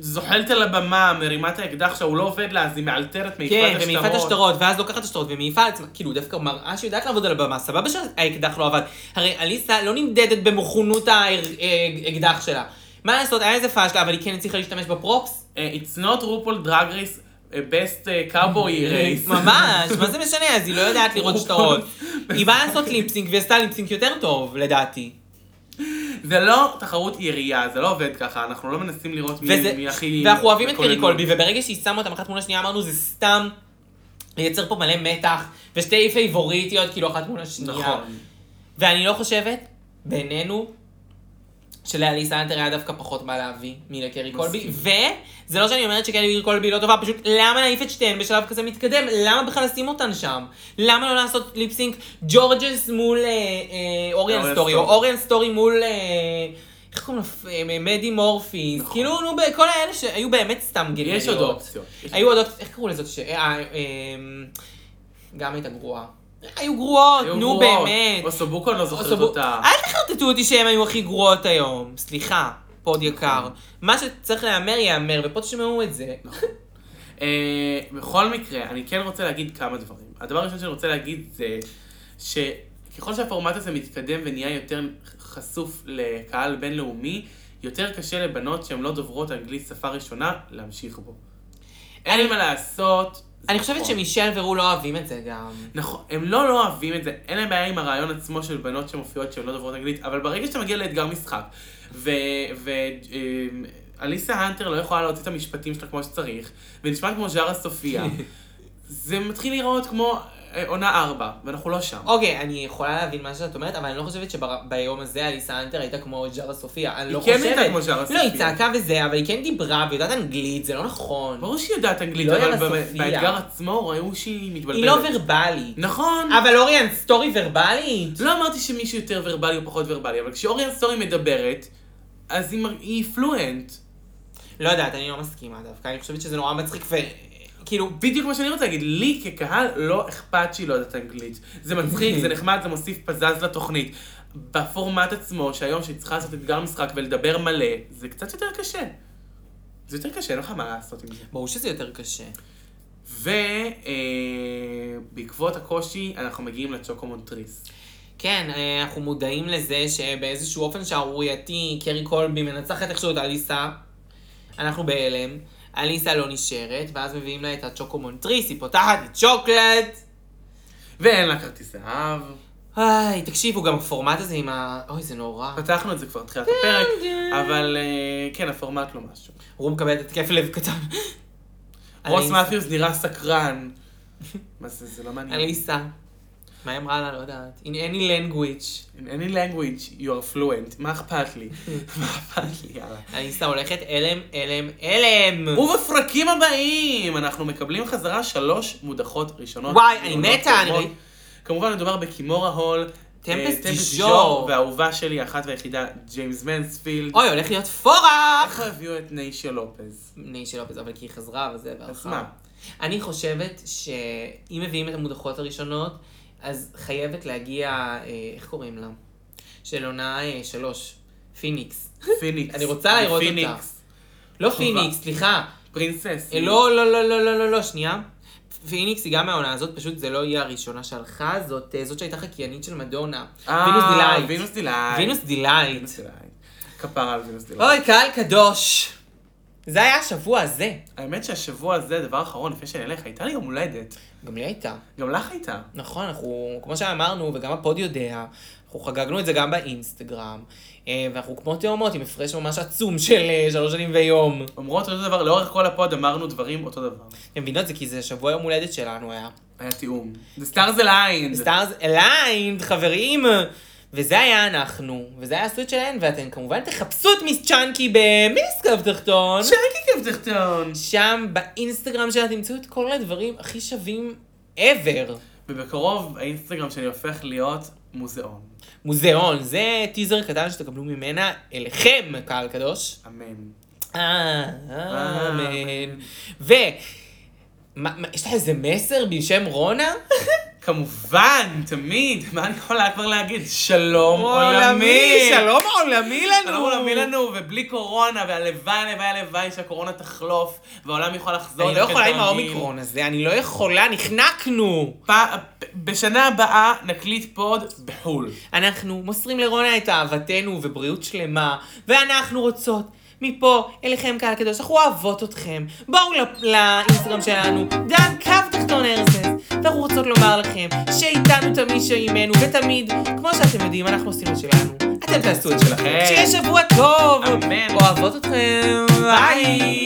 זוחלת על הבמה, מרימה את האקדח שלה, הוא לא עובד לה, אז היא מאלתרת מעיפת כן, השטרות. ומעיפה את השטרות, ואז לוקחת את השטרות ומעיפה על עצמה, כאילו דווקא מראה שהיא יודעת לעבוד על הבמה, סבבה שהאקדח לא עבד. הרי אליסה לא נמדדת במוכנות האקדח שלה. מה לעשות, היה איזה פאשלה, אבל היא כן הצליחה להשתמש בפרופס. אה, It's not RuPaul Drag Race, אה, best אה, cowboy race. ממש, מה זה משנה, אז היא לא יודעת לראות שטרות. היא באה לעשות ליפסינק והיא עשתה ליפסינק יותר טוב, לדעתי. זה לא תחרות ירייה, זה לא עובד ככה, אנחנו לא מנסים לראות מי וזה- מי הכי... ואנחנו אוהבים את קרי בכוננות. קולבי, וברגע שהיא שמה אותם אחת מול השנייה אמרנו זה סתם לייצר פה מלא מתח, ושתי פייבוריטיות, כאילו אחת מול השנייה. נכון. ואני לא חושבת, בינינו, שלאליסה אנטר היה דווקא פחות מה להביא מלקרי קולבי, וזה לא שאני אומרת שקרי קולבי לא טובה, פשוט למה להעיף את שתיהן בשלב כזה מתקדם? למה בכלל לשים אותן שם? למה לא לעשות ליפסינק ג'ורג'ס מול אה, אה, אוריאן אוריאן סטורי, או סטורי. אוריאן סטורי מול... אה, איך קוראים לו? אה, מדי מורפיס, כאילו, נו, ב- כל האלה שהיו באמת סתם גלגליות. נכון. יש עוד אופציות. יש- היו עוד אופציות, איך קראו לזאת ש... אה, אה, אמ, גם הייתה גרועה. היו גרועות, היו נו גרועות. באמת. אוסובוקו אני לא זוכרת אוסובו- אותה. אל תחרטטו אותי שהן היו הכי גרועות היום. סליחה, פוד נכון. יקר. מה שצריך להיאמר, ייאמר, ופה תשמעו את זה. נכון, אה, בכל מקרה, אני כן רוצה להגיד כמה דברים. הדבר הראשון שאני רוצה להגיד זה שככל שהפורמט הזה מתקדם ונהיה יותר חשוף לקהל בינלאומי, יותר קשה לבנות שהן לא דוברות אנגלית שפה ראשונה להמשיך בו. אין לי מה לעשות. זה אני חושבת נכון. שמישל ורו לא אוהבים את זה גם. נכון, הם לא לא אוהבים את זה, אין להם בעיה עם הרעיון עצמו של בנות שמופיעות שהן לא דוברות אנגלית, אבל ברגע שאתה מגיע לאתגר משחק, ואליסה האנטר לא יכולה להוציא את המשפטים שלה כמו שצריך, ונשמעת כמו ז'ארה סופיה, זה מתחיל להיראות כמו אה, עונה ארבע, ואנחנו לא שם. אוקיי, אני יכולה להבין מה שאת אומרת, אבל אני לא חושבת שביום הזה אליסה אנטר הייתה כמו ג'ארה סופיה. אני היא לא כן חושבת. הייתה כמו ז'ארה לא, היא סופיה. צעקה וזה, אבל היא כן דיברה, והיא יודעת אנגלית, זה לא נכון. ברור שהיא יודעת אנגלית, לא אבל ז'ארה ב- סופיה. באתגר עצמו ראו שהיא מתבלבלת. היא לא ורבלית. נכון. אבל אוריאן, סטורי ורבלית? לא אמרתי שמישהו יותר ורבלי או פחות ורבלי, אבל כשאוריאן סטורי מדברת, אז היא מר- היא פלואנט. לא יודעת, אני לא מסכימה דווקא, אני חושבת שזה נורא מצחיק ו... כאילו, בדיוק מה שאני רוצה להגיד, לי כקהל לא אכפת שהיא לא יודעת אנגלית. זה מצחיק, זה נחמד, זה מוסיף פזז לתוכנית. בפורמט עצמו, שהיום שהיא צריכה לעשות אתגר משחק ולדבר מלא, זה קצת יותר קשה. זה יותר קשה, אין לך מה לעשות עם זה. ברור שזה יותר קשה. ובעקבות אה, הקושי, אנחנו מגיעים לצ'וקומונטריס. כן, אה, אנחנו מודעים לזה שבאיזשהו אופן שערורייתי, קרי קולבי מנצחת איכשהו את אליסה. אנחנו בהלם, אליסה לא נשארת, ואז מביאים לה את הצ'וקומונטריס, היא פותחת את צ'וקלט. ואין לה כרטיס זהב. היי, תקשיבו, גם הפורמט הזה עם ה... אוי, זה נורא. פתחנו את זה כבר תחילת הפרק, אבל אה, כן, הפורמט לא משהו. הוא מקבל התקף לב קטן. רוס אליסה- מאפיוס נראה סקרן. מה זה, זה לא מעניין. אליסה. מה היא אמרה לה? לא יודעת. In any language. In any language you are fluent, מה אכפת לי? מה אכפת לי, יאללה. אליסה הולכת אלם, אלם, אלם! ובפרקים הבאים אנחנו מקבלים חזרה שלוש מודחות ראשונות. וואי, אני עונות מתה, אני קודמות. ראי- כמובן מדובר בקימורה הול. טמפסט אה, טמפסט דיז'ור. דיז'ור, והאהובה שלי, האחת והיחידה, ג'יימס מנספילד. אוי, הולך להיות פורח! איך הביאו את ניישיה לופז? ני שלא פזה, אבל כי היא חזרה וזה, והלכה. אז מה? אני חושבת שאם מביאים את המודחות הראשונות, אז חייבת להגיע, אה, איך קוראים לה? של עונה אה, שלוש, פיניקס. פיניקס. אני רוצה לראות אותה. פיניקס. לא חובה. פיניקס, סליחה. פרינסס. אה, לא, לא, לא, לא, לא, לא, לא, שנייה. פיניקס היא גם מהעונה הזאת, פשוט זה לא יהיה הראשונה שהלכה, זאת אה, זאת שהייתה חקיינית של מדונה. אה, וינוס דילייט. וינוס דילייט. וינוס דילייט. וינוס דילייט. כפרה על וינוס דילייט. אוי, קהל קדוש. זה היה השבוע הזה. האמת שהשבוע הזה, דבר אחרון, לפני שאני אלך, הייתה לי יום הולדת. גם לי הייתה. גם לך הייתה. נכון, אנחנו, כמו שאמרנו, וגם הפוד יודע, אנחנו חגגנו את זה גם באינסטגרם, אה, ואנחנו כמו תאומות עם הפרש ממש עצום של אה, שלוש שנים ויום. אומרות אותו דבר, לאורך כל הפוד אמרנו דברים אותו דבר. אתם מבינות? זה כי זה שבוע יום הולדת שלנו היה. היה תיאום. The כן. stars aligned. סטארס אליינד, חברים! וזה היה אנחנו, וזה היה הסוד שלהן, ואתם כמובן תחפשו את מיס צ'אנקי במיס קו תחתון. צ'אנקי קפטרטון. שם באינסטגרם שלה תמצאו את כל הדברים הכי שווים ever. ובקרוב האינסטגרם שלי הופך להיות מוזיאון. מוזיאון, זה טיזר קטן שתקבלו ממנה אליכם, קהל קדוש. אמן. אה, אמן. ו... מה- מה, יש לך איזה מסר בשם רונה? כמובן, תמיד, מה אני יכולה כבר להגיד? שלום עולמי, עולמי. שלום עולמי לנו. שלום עולמי לנו, ובלי קורונה, והלוואי, הלוואי, הלוואי שהקורונה תחלוף, והעולם יכול לחזור. אני לא לקטע יכולה עם הרגיל. האומיקרון הזה, אני לא יכולה, נחנקנו. פ- בשנה הבאה נקליט פוד בחו"ל. אנחנו מוסרים לרונה את אהבתנו ובריאות שלמה, ואנחנו רוצות מפה אליכם קהל הקדוש, אנחנו אוהבות אתכם. בואו לפ- לאינסטגרם שלנו, דן קו תחתון הרסס, ואנחנו רוצות לומר לכם שאיתנו תמיד שעימנו, ותמיד, כמו שאתם יודעים, אנחנו עושים את שלנו. אתם תעשו את שלכם. כן. שיהיה שבוע טוב! אמן. אוהבות אתכם! ביי!